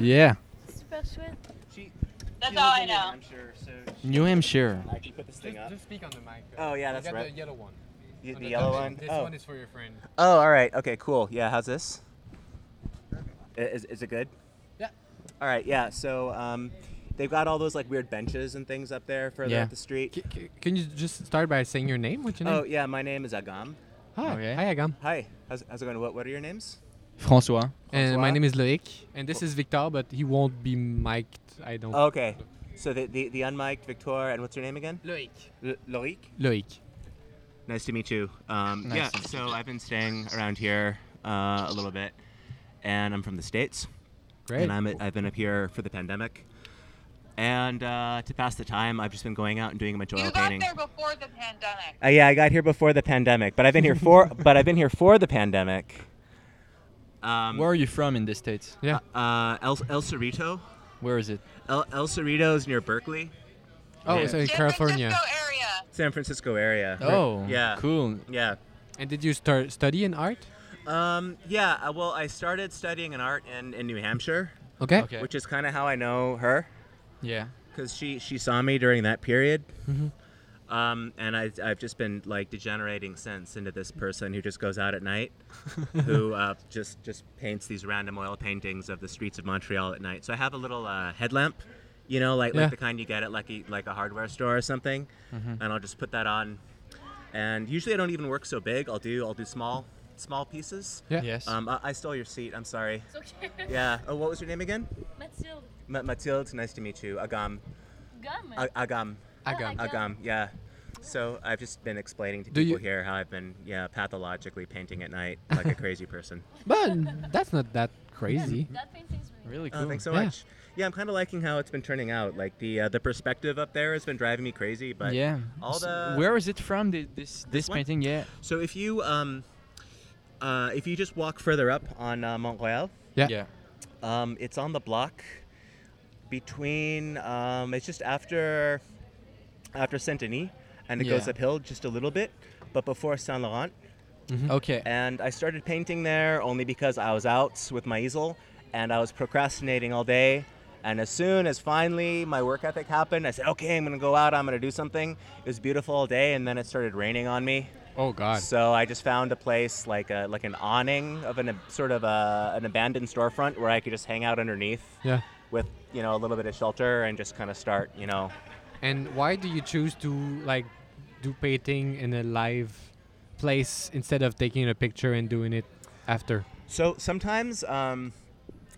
Yeah.
Super chouette.
She,
That's
she
all
lives
I
in New
know.
Hampshire, so she-
New Hampshire.
I can put this thing up.
speak on the mic.
Oh, yeah, that's right.
yellow one.
The, the yellow one. Oh.
is for your friend.
oh, all right. Okay, cool. Yeah, how's this? I- Is, is it good?
Yeah.
All right. Yeah. So um,
They've got all those like weird benches and things up there further
Yeah.
up the street.
Can you just start by saying your name? What's your
Oh
name?
yeah, my name is Agam.
Hi. Hi, Agam.
Hi. How's, how's it going? What What are your names?
François.
And my name is Loic. And this is Victor, but he won't be mic'd. I don't.
Oh, Okay. So the the, the unmiked Victor and what's your name again?
Loic.
L- Loic.
Loic.
Nice to meet you. Um,
Nice to
Yeah. So I've been staying around here uh, a little bit, and I'm from the states.
Great.
And I'm I've been up here for the pandemic, and uh, to pass the time, I've just been going out and doing majority
You got
painting.
there before the pandemic.
Uh, yeah, I got here before the pandemic, but I've been here for but I've been here for the pandemic. Um,
Where are you from in the states?
Yeah.
Uh, El El Cerrito.
Where is it?
El El Cerrito is near Berkeley.
Oh,
Yeah.
it's in California.
San Francisco area.
Oh,
yeah.
Cool.
Yeah.
And did you start study in art?
Um, yeah. uh, Well, I started studying in art in, in New Hampshire.
Okay. Okay.
Which is kind of how I know her.
Yeah.
Because she she saw me during that period.
Mhm.
Um, and I, I've just been like degenerating since into this person who just goes out at night, who uh, just just paints these random oil paintings of the streets of Montreal at night. So I have a little uh, headlamp, you know, like
Yeah.
like the kind you get at like a, like a hardware store or something,
Mhm.
and I'll just put that on. And usually I don't even work so big. I'll do I'll do small small pieces.
Yeah. Yes.
Um, I, I stole your seat. I'm sorry.
It's okay.
Yeah. Oh, what was your name again?
Mathilde.
Ma- Mathilde. It's nice to meet you. Agam.
Gum.
A- Agam.
Oh, Agam.
Agam, yeah. So I've just been explaining to
Do
people
you-
here how I've been, yeah, pathologically painting at night like a crazy person.
But that's not that crazy.
Really
Oh, thanks so
Yeah.
much. Yeah, I'm kind of liking how it's been turning out. Like the uh, the perspective up there has been driving me crazy, but
yeah.
all
S-
the
Where is it from? thi- This this,
one?
painting? Yeah.
So if you um, uh, if you just walk further up on uh, Mont Royal,
Yeah.
Yeah.
um, it's on the block between. Um, it's just after after Saint Denis, and it goes
Yeah.
uphill just a little bit, but before Saint Laurent.
Okay.
And I started painting there only because I was out with my easel, and I was procrastinating all day. And as soon as finally my work ethic happened, I said, "Okay, I'm gonna go out. I'm gonna do something." It was beautiful all day, and then it started raining on me.
Oh God.
So I just found a place like a like an awning of an ab- sort of a, an abandoned storefront where I could just hang out underneath
Yeah.
with you know a little bit of shelter and just kind of start you know.
And why do you choose to like do painting in a live place instead of taking a picture and doing it after?
So sometimes um,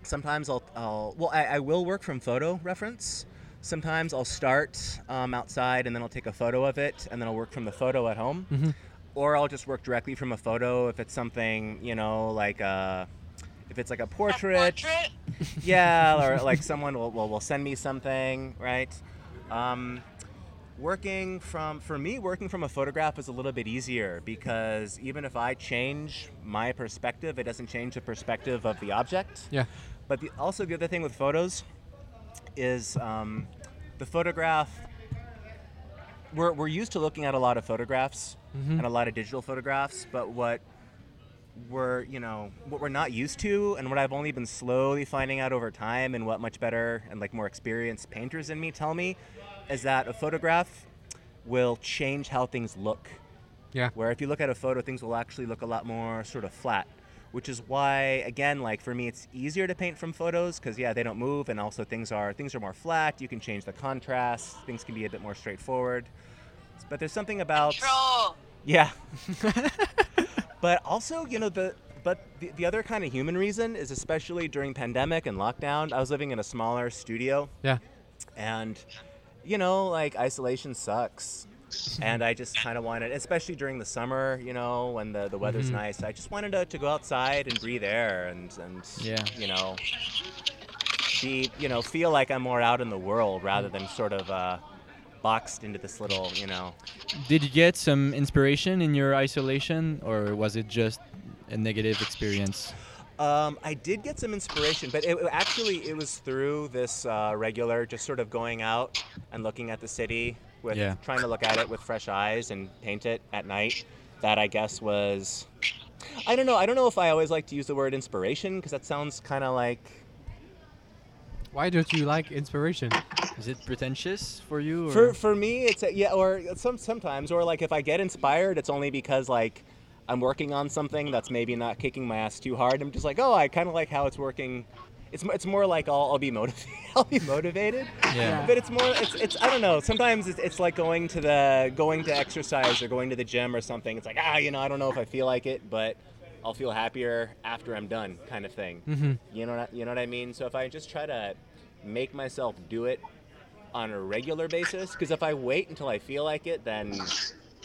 sometimes I'll, I'll well I, I will work from photo reference. Sometimes I'll start um, outside and then I'll take a photo of it and then I'll work from the photo at home.
Mhm.
Or I'll just work directly from a photo if it's something you know like uh if it's like a portrait. yeah, or like someone will, will, will send me something, right? Um, working from for me working from a photograph is a little bit easier because even if i change my perspective it doesn't change the perspective of the object
Yeah.
but the, also the other thing with photos is um, the photograph we're, we're used to looking at a lot of photographs
Mhm.
and a lot of digital photographs but what we're you know what we're not used to and what i've only been slowly finding out over time and what much better and like more experienced painters than me tell me is that a photograph will change how things look
Yeah.
where if you look at a photo things will actually look a lot more sort of flat which is why again like for me it's easier to paint from photos because yeah they don't move and also things are things are more flat you can change the contrast things can be a bit more straightforward but there's something about yeah. but also, you know, the but the, the other kind of human reason is especially during pandemic and lockdown, I was living in a smaller studio.
Yeah.
And you know, like isolation sucks. and I just kind of wanted, especially during the summer, you know, when the, the weather's
Mhm.
nice, I just wanted to, to go outside and breathe air and, and
Yeah.
you know, be, you know, feel like I'm more out in the world rather than sort of uh, boxed into this little, you know,
Did you get some inspiration in your isolation, or was it just a negative experience?
Um, I did get some inspiration, but it, actually it was through this uh, regular, just sort of going out and looking at the city with
Yeah.
trying to look at it with fresh eyes and paint it at night. That I guess was, I don't know. I don't know if I always like to use the word inspiration because that sounds kind of like
Why don't you like inspiration?
Is it pretentious for you? Or?
for for me it's a, yeah or some sometimes or like if I get inspired, it's only because like. I'm working on something that's maybe not kicking my ass too hard. I'm just like, oh, I kind of like how it's working It's, mo- it's more like I'll, I'll be motivated. I'll be motivated.
Yeah.
But it's more it's, it's I don't know. Sometimes it's, it's like going to the going to exercise or going to the gym or something. It's like ah, you know, I don't know if I feel like it, but I'll feel happier after I'm done, kind of thing.
Mm-hmm.
Mhm.
You know what I- you know what I mean. So if I just try to make myself do it on a regular basis, because if I wait until I feel like it, then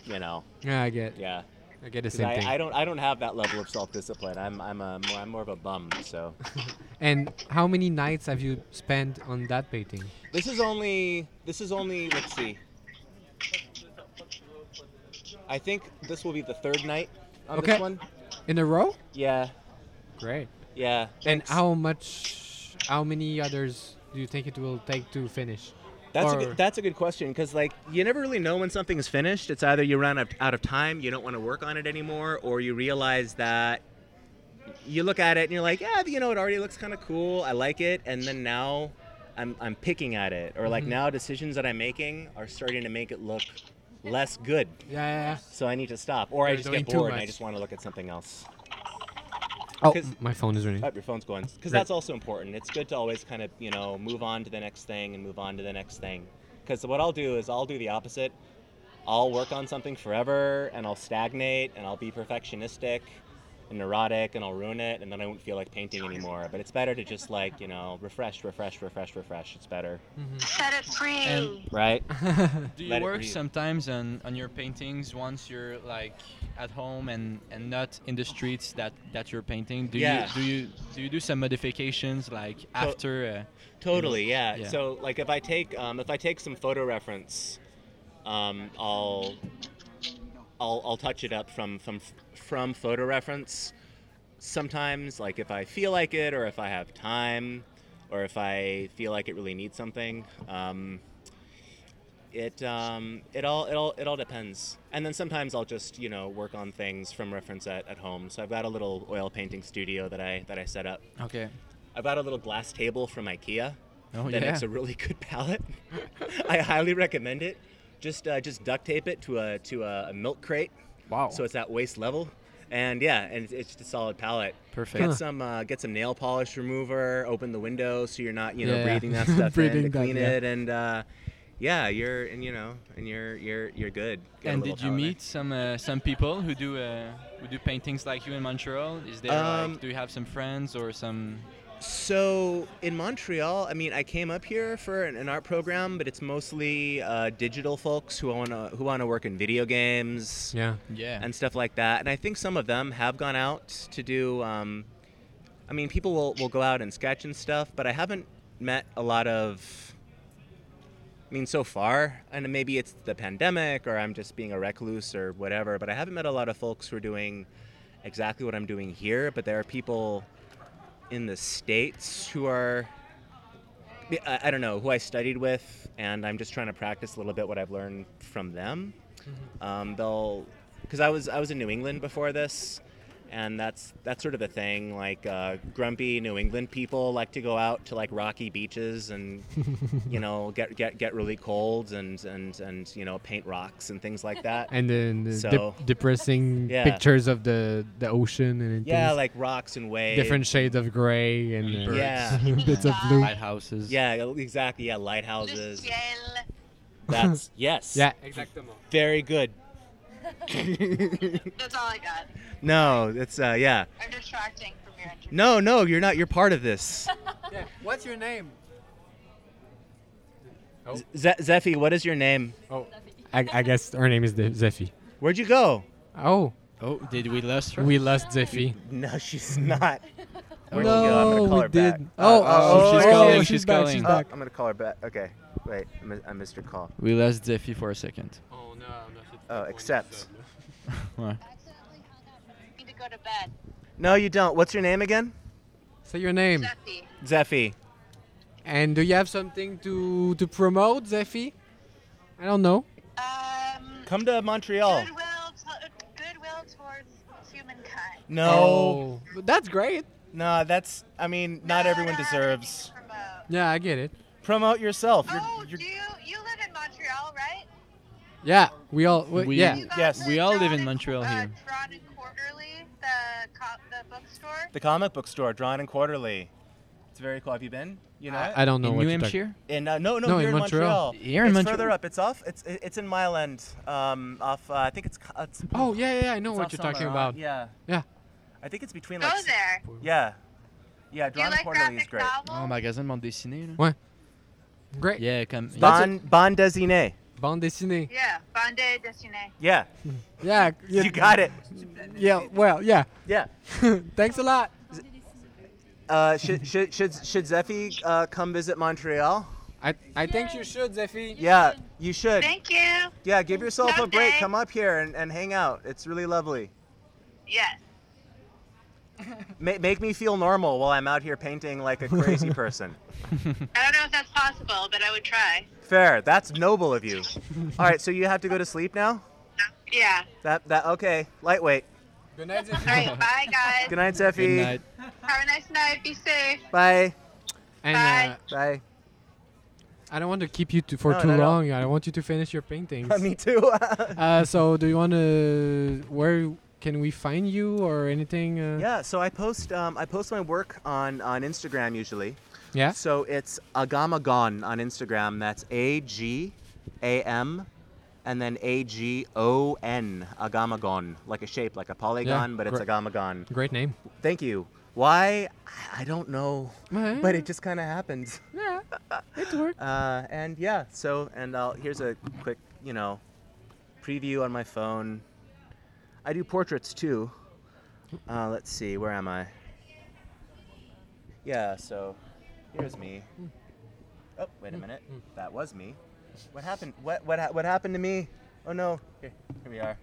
you know.
Yeah, I get.
Yeah.
I get the
'Cause
same
I,
thing.
I don't. I don't have that level of self-discipline. I'm. I'm a. More, I'm more of a bum. So.
And how many nights have you spent on that painting?
This is only. This is only. Let's see. I think this will be the third night on
okay.
this one.
In a row?
Yeah.
Great.
Yeah.
And how much? How many others do you think it will take to finish?
That's a
Or-
good, that's a good question because like you never really know when something is finished. It's either you run up, out of time, you don't want to work on it anymore, or you realize that you look at it and you're like, yeah, you know, it already looks kind of cool. I like it, and then now I'm I'm picking at it, or like
Mhm.
now decisions that I'm making are starting to make it look less good.
Yeah, yeah, yeah.
So I need to stop, or I
You're
just get
doing too
bored and I
much.
just want to look at something else.
Oh, my phone is ringing.
Oh, your phone's going. Because
Right.
that's also important. It's good to always kind of, you know, move on to the next thing and move on to the next thing. Because what I'll do is I'll do the opposite. I'll work on something forever and I'll stagnate and I'll be perfectionistic and neurotic and I'll ruin it and then I won't feel like painting anymore. But it's better to just like, you know, refresh, refresh, refresh, refresh. It's better.
Set it free.
Right?
Mm-hmm. Do you
Let it
work
breathe.
sometimes on, on your paintings once you're like at home and, and not in the streets that, that you're painting? Do
Yeah.
you do you do you do some modifications like after? Uh,
Totally, yeah.
yeah.
So like if I take um, if I take some photo reference, um, I'll I'll I'll touch it up from from from photo reference. Sometimes like if I feel like it, or if I have time, or if I feel like it really needs something. Um, it um, it all it all it all depends. And then sometimes I'll just you know work on things from reference at, at home. So I've got a little oil painting studio that I that I set up.
Okay.
I bought a little glass table from IKEA.
Oh,
that
yeah.
makes a really good palette. I highly recommend it. Just uh, just duct tape it to a to a, a milk crate.
Wow.
So it's at waist level. And yeah, and it's, it's just a solid palette.
Perfect.
Get
Huh.
some uh, get some nail polish remover. Open the window so you're not you know
Yeah, yeah.
breathing that stuff
Breathing
in to
that,
clean
yeah.
it. And uh, yeah, you're and you know and you're you're you're good. Get a
and
little
did you
palette.
meet some uh, some people who do uh, who do paintings like you in Montreal? Is there
Um,
like do you have some friends or some?
So in Montreal, I mean, I came up here for an, an art program, but it's mostly uh, digital folks who wanna who wanna work in video games,
Yeah.
Yeah.
and stuff like that. And I think some of them have gone out to do. Um, I mean, people will will go out and sketch and stuff, but I haven't met a lot of. I mean, so far, and maybe it's the pandemic, or I'm just being a recluse, or whatever. But I haven't met a lot of folks who are doing exactly what I'm doing here. But there are people in the states who are I, I don't know who I studied with, and I'm just trying to practice a little bit what I've learned from them. Um, they'll because I was I was in New England before this, and that's that's sort of the thing. Like uh, grumpy New England people like to go out to like rocky beaches and you know get get get really cold and and and you know paint rocks and things like that.
And then the
so.
dep- depressing
Yeah.
pictures of the the ocean and
yeah,
things.
like rocks and waves.
different shades of gray and uh,
Yeah.
bits of blue.
Lighthouses.
Yeah, exactly. Yeah, lighthouses. That's yes.
Yeah, exactamo.
Very good.
That's all I got.
no, it's uh yeah.
I'm distracting from your interview.
No, no, you're not. You're part of this.
Yeah. What's your name?
Ze- Zephi, what is your name?
Oh. I, I guess her name is De- Zephi.
Where'd you go?
Oh.
Oh, did we lost her?
We lost Zephi.
No, she's not.
Oh.
Where'd she go? I'm gonna
No,
call
we
her back. Uh,
did- oh, oh,
she's
oh,
calling,
she's
she's
back,
calling.
she's back.
I'm gonna call her back. Okay, wait. I mi- I missed your call.
We lost Zephy for a second.
Oh, accept.
Ouais.
need to go to bed.
No, you don't. What's your name again?
Say your name.
Zephy.
Zephi.
And do you have something to to promote, Zephi? I don't know.
Um, Come to Montreal.
Goodwill, to- goodwill towards humankind.
No.
Oh. that's great.
No, that's. I mean, not everyone deserves.
Yeah, I get it.
Promote yourself. You're,
Oh, do you you live in Montreal, right?
Yeah, we all. We,
We-
yeah.
Yes.
We all live in Montreal here.
Toronto Quarterly, the co- the bookstore.
The comic book store, Drawn and Quarterly. It's very cool. Have you been? You know,
I don't know
In
what
New
you're talking-
Hampshire?
In uh, no, no,
No,
here
in
in
Montreal.
Montreal.
Here in
it's
Montreal.
further up. It's off. It's it's in Mile End. Um, off. Uh, I think it's. it's
Oh, yeah, yeah, yeah, I know
it's
what
off
you're talking
Saint Laurent.
about.
Yeah.
Yeah.
I think it's between
Go
like.
there.
Yeah. Yeah,
Do you
Drawn
like
Quarterly is
graphic
great.
novels?
En magasin de bande dessinée, là.
Ouais. Great.
Yeah, comme.
Bande bande dessinée.
Bande dessinée.
Yeah, bande dessinée.
Yeah.
Yeah.
You got it.
Yeah, well, yeah.
Yeah.
Thanks a lot.
Uh, should should should should Zeffie uh, come visit Montreal?
I I think you should, Zeffie.
Yeah, you should.
Thank you.
Yeah, give yourself a break.
Someday.
Come up here and, and hang out. It's really lovely.
Yes.
Ma- make me feel normal while I'm out here painting like a crazy person.
I don't know if that's possible, but I would try.
Fair. That's noble of you. All right, so you have to go to sleep now.
Yeah.
That that okay. Lightweight.
Good night,
All right. Bye, guys.
Good night, Zeffie.
Have a nice night. Be safe.
Bye.
And,
Bye.
Uh,
Bye.
I don't want to keep you t- for
No,
too
no, no.
long. I want you to finish your paintings.
me too.
uh, so, do you want to? Where can we find you or anything? Uh,
yeah. So I post um, I post my work on on Instagram usually.
Yeah.
So it's Agamagon on Instagram. That's A G A M and then A G O N. Agamagon, like a shape, like a polygon, but it's
great.
Agamagon.
Great name.
Thank you. Why? I- I don't know, but it just kind of happened.
Yeah. It worked.
Uh, and yeah, so and I'll here's a quick, you know, preview on my phone. I do portraits too. Uh, let's see, where am I? Yeah, so here's me. Oh, wait a minute, that was me. What happened? What what ha- what happened to me? Oh no, here, here we are.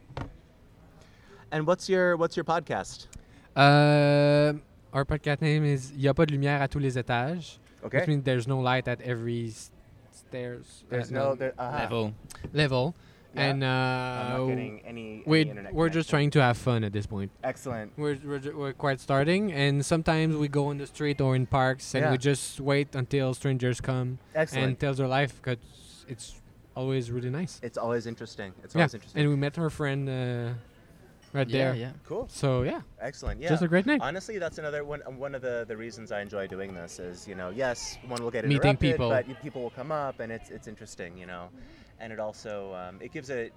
And what's your what's your podcast?
Uh, our podcast name is Y'a pas de lumière à tous les étages.
Okay.
Which means there's no light at every s- stairs. uh,
There's no there, uh
Level.
level.
Yeah.
And uh,
I'm not getting any,
we
any internet
we're just
connection.
trying to have fun at this point.
Excellent.
We're, we're, ju- we're quite starting, and sometimes we go in the street or in parks, and
Yeah.
we just wait until strangers come and
Excellent.
tells their life because it's always really nice.
It's always interesting. It's
yeah,
always interesting.
and we met her friend uh, right
Yeah,
there.
yeah.
Cool.
So yeah,
Excellent. Yeah.
Just a great night.
Honestly, that's another one. uh, One of the, the reasons I enjoy doing this is, you know, yes, one will get
Meeting
interrupted,
people.
but y- people will come up, and it's it's interesting, you know, and it also um, it gives it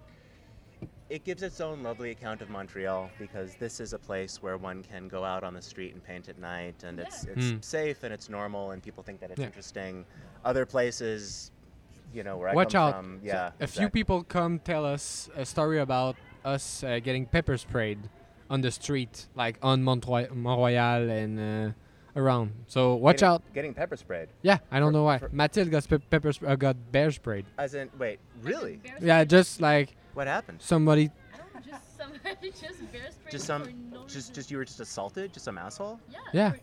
it gives its own lovely account of Montreal because this is a place where one can go out on the street and paint at night, and it's it's
Mm.
safe and it's normal, and people think that it's
Yeah.
interesting. Other places, you know, where
watch
I come
out.
from,
So
yeah,
a few people come tell us a story about us uh, getting pepper sprayed on the street, like on Mont Roy- Mont Royal and uh, around. So watch
getting,
out.
getting pepper sprayed.
Yeah, I don't know why.
for-
Mathilde got sp- pepper sp- uh, got bear sprayed.
As in, wait, really?
Yeah, just like
What happened?
somebody
Just some, just bear spray
Just
for
some,
no
just
reason.
just you were just assaulted, just some asshole.
Yeah.
for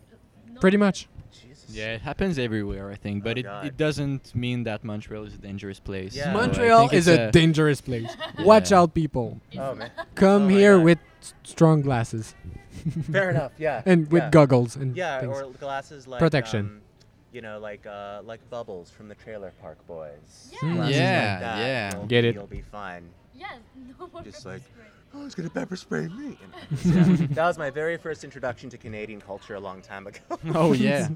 no
pretty
reason.
much.
Jesus.
Yeah, it happens everywhere, I think, but
Oh,
it,
God.
it doesn't mean that Montreal is a dangerous place.
Yeah.
So I
Montreal
think
is
it's
a dangerous place. Watch
Yeah.
out, people.
Oh man.
Come
Oh my
here
God.
with s- strong glasses
Fair enough. Yeah.
and with
yeah.
goggles and
Yeah,
things.
or glasses like
Protection.
um, you know, like uh, like bubbles from the Trailer Park Boys.
Yeah.
Mm.
Glasses
Yeah,
Like that.
yeah.
You'll,
Get it.
You'll be fine.
Yeah, no more
Just
pepper
like-
spray.
Oh, it's gonna pepper spray me. You know, yeah. that was my very first introduction to Canadian culture a long time ago.
Oh yeah.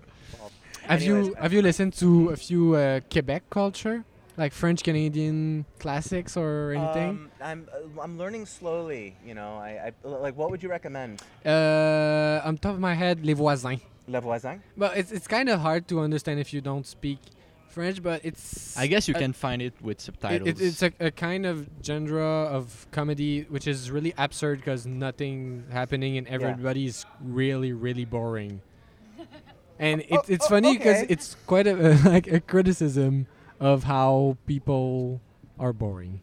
have
Anyways,
you
I-
have you listened to a few uh, Quebec culture, like French Canadian classics or anything?
Um, I'm uh, I'm learning slowly. You know, I, I like. What would you recommend?
uh, on top of my head, Les Voisins.
Le Voisin.
But it's it's kind of hard to understand if you don't speak French. But it's
I guess you
a-
can find it with
It,
subtitles.
it, it's a, a kind of genre of comedy which is really absurd because nothing happening and everybody is really really boring. And it, it's funny because
Oh, okay.
it's quite a like a criticism of how people are boring,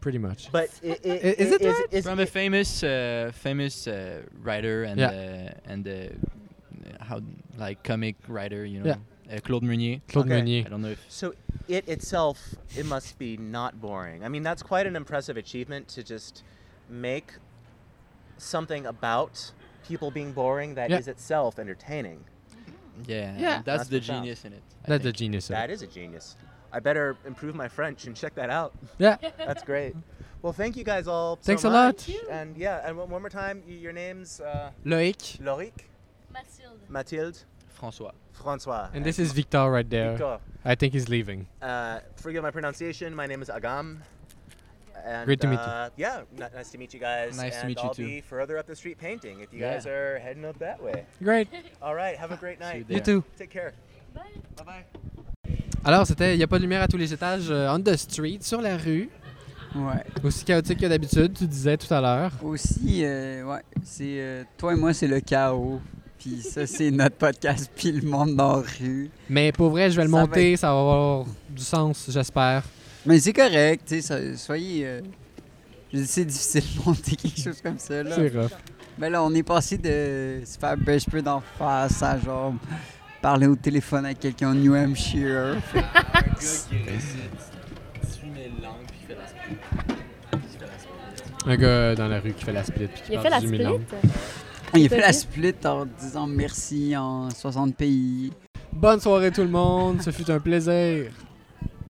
pretty much.
But i- i- i-
is it
is,
right?
is,
from a famous uh, famous uh, writer and
Yeah.
uh, and uh, how like comic writer, you know, uh, Claude Meunier.
Claude
Okay.
Meunier.
I don't know if
So it itself, it must be not boring. I mean, that's quite an impressive achievement to just make something about people being boring that is
Yeah.
itself entertaining.
yeah,
Yeah.
that's,
That's
the
profound.
genius in it. I
That's a
think.
genius. of it.
That is a genius. I better improve my French and check that out.
yeah.
That's great. Well, thank you guys all.
Thanks
so
a lot.
much. And yeah, and one, one more time, y- your names, uh,
Loic.
Loric,
Mathilde.
Mathilde,
François.
Francois.
And this is Victor right there.
Victor.
I think he's leaving.
Uh, forgive my pronunciation. My name is Agam. And,
Great to meet you.
uh, Yeah, n- nice to meet you guys.
Nice to
and
meet you
I'll
too.
be further up the street painting if you
Yeah.
guys are heading up that way.
Great.
All right, have a great night.
there. You too.
Take care. Bye bye.
Alors, c'était Il n'y a pas de lumière à tous les étages, euh, on the street, sur la rue.
Ouais.
Aussi chaotique que d'habitude, tu disais tout à l'heure.
Aussi, euh, ouais, c'est euh, toi et moi, c'est le chaos. Puis ça, c'est notre podcast, puis le monde dans la rue.
Mais pour vrai, je vais le
Ça va
monter,
être-
ça va avoir du sens, j'espère.
Mais c'est correct, tu sais, so- soyez. euh, je dis, c'est difficile de monter quelque chose comme ça, là.
C'est rough.
Mais là, on est passé de se faire bêche peu d'en face à genre parler au téléphone à quelqu'un de New Hampshire. Fait-
Un gars qui récite 18 000 langues puis qui fait la split. Qui fait la split.
Un gars dans la rue qui fait la split. Puis qui
Il a
parle
fait la
18 000 langues.
split?
Il a fait la split en disant merci en 60 pays.
Bonne soirée tout le monde, ce fut un plaisir.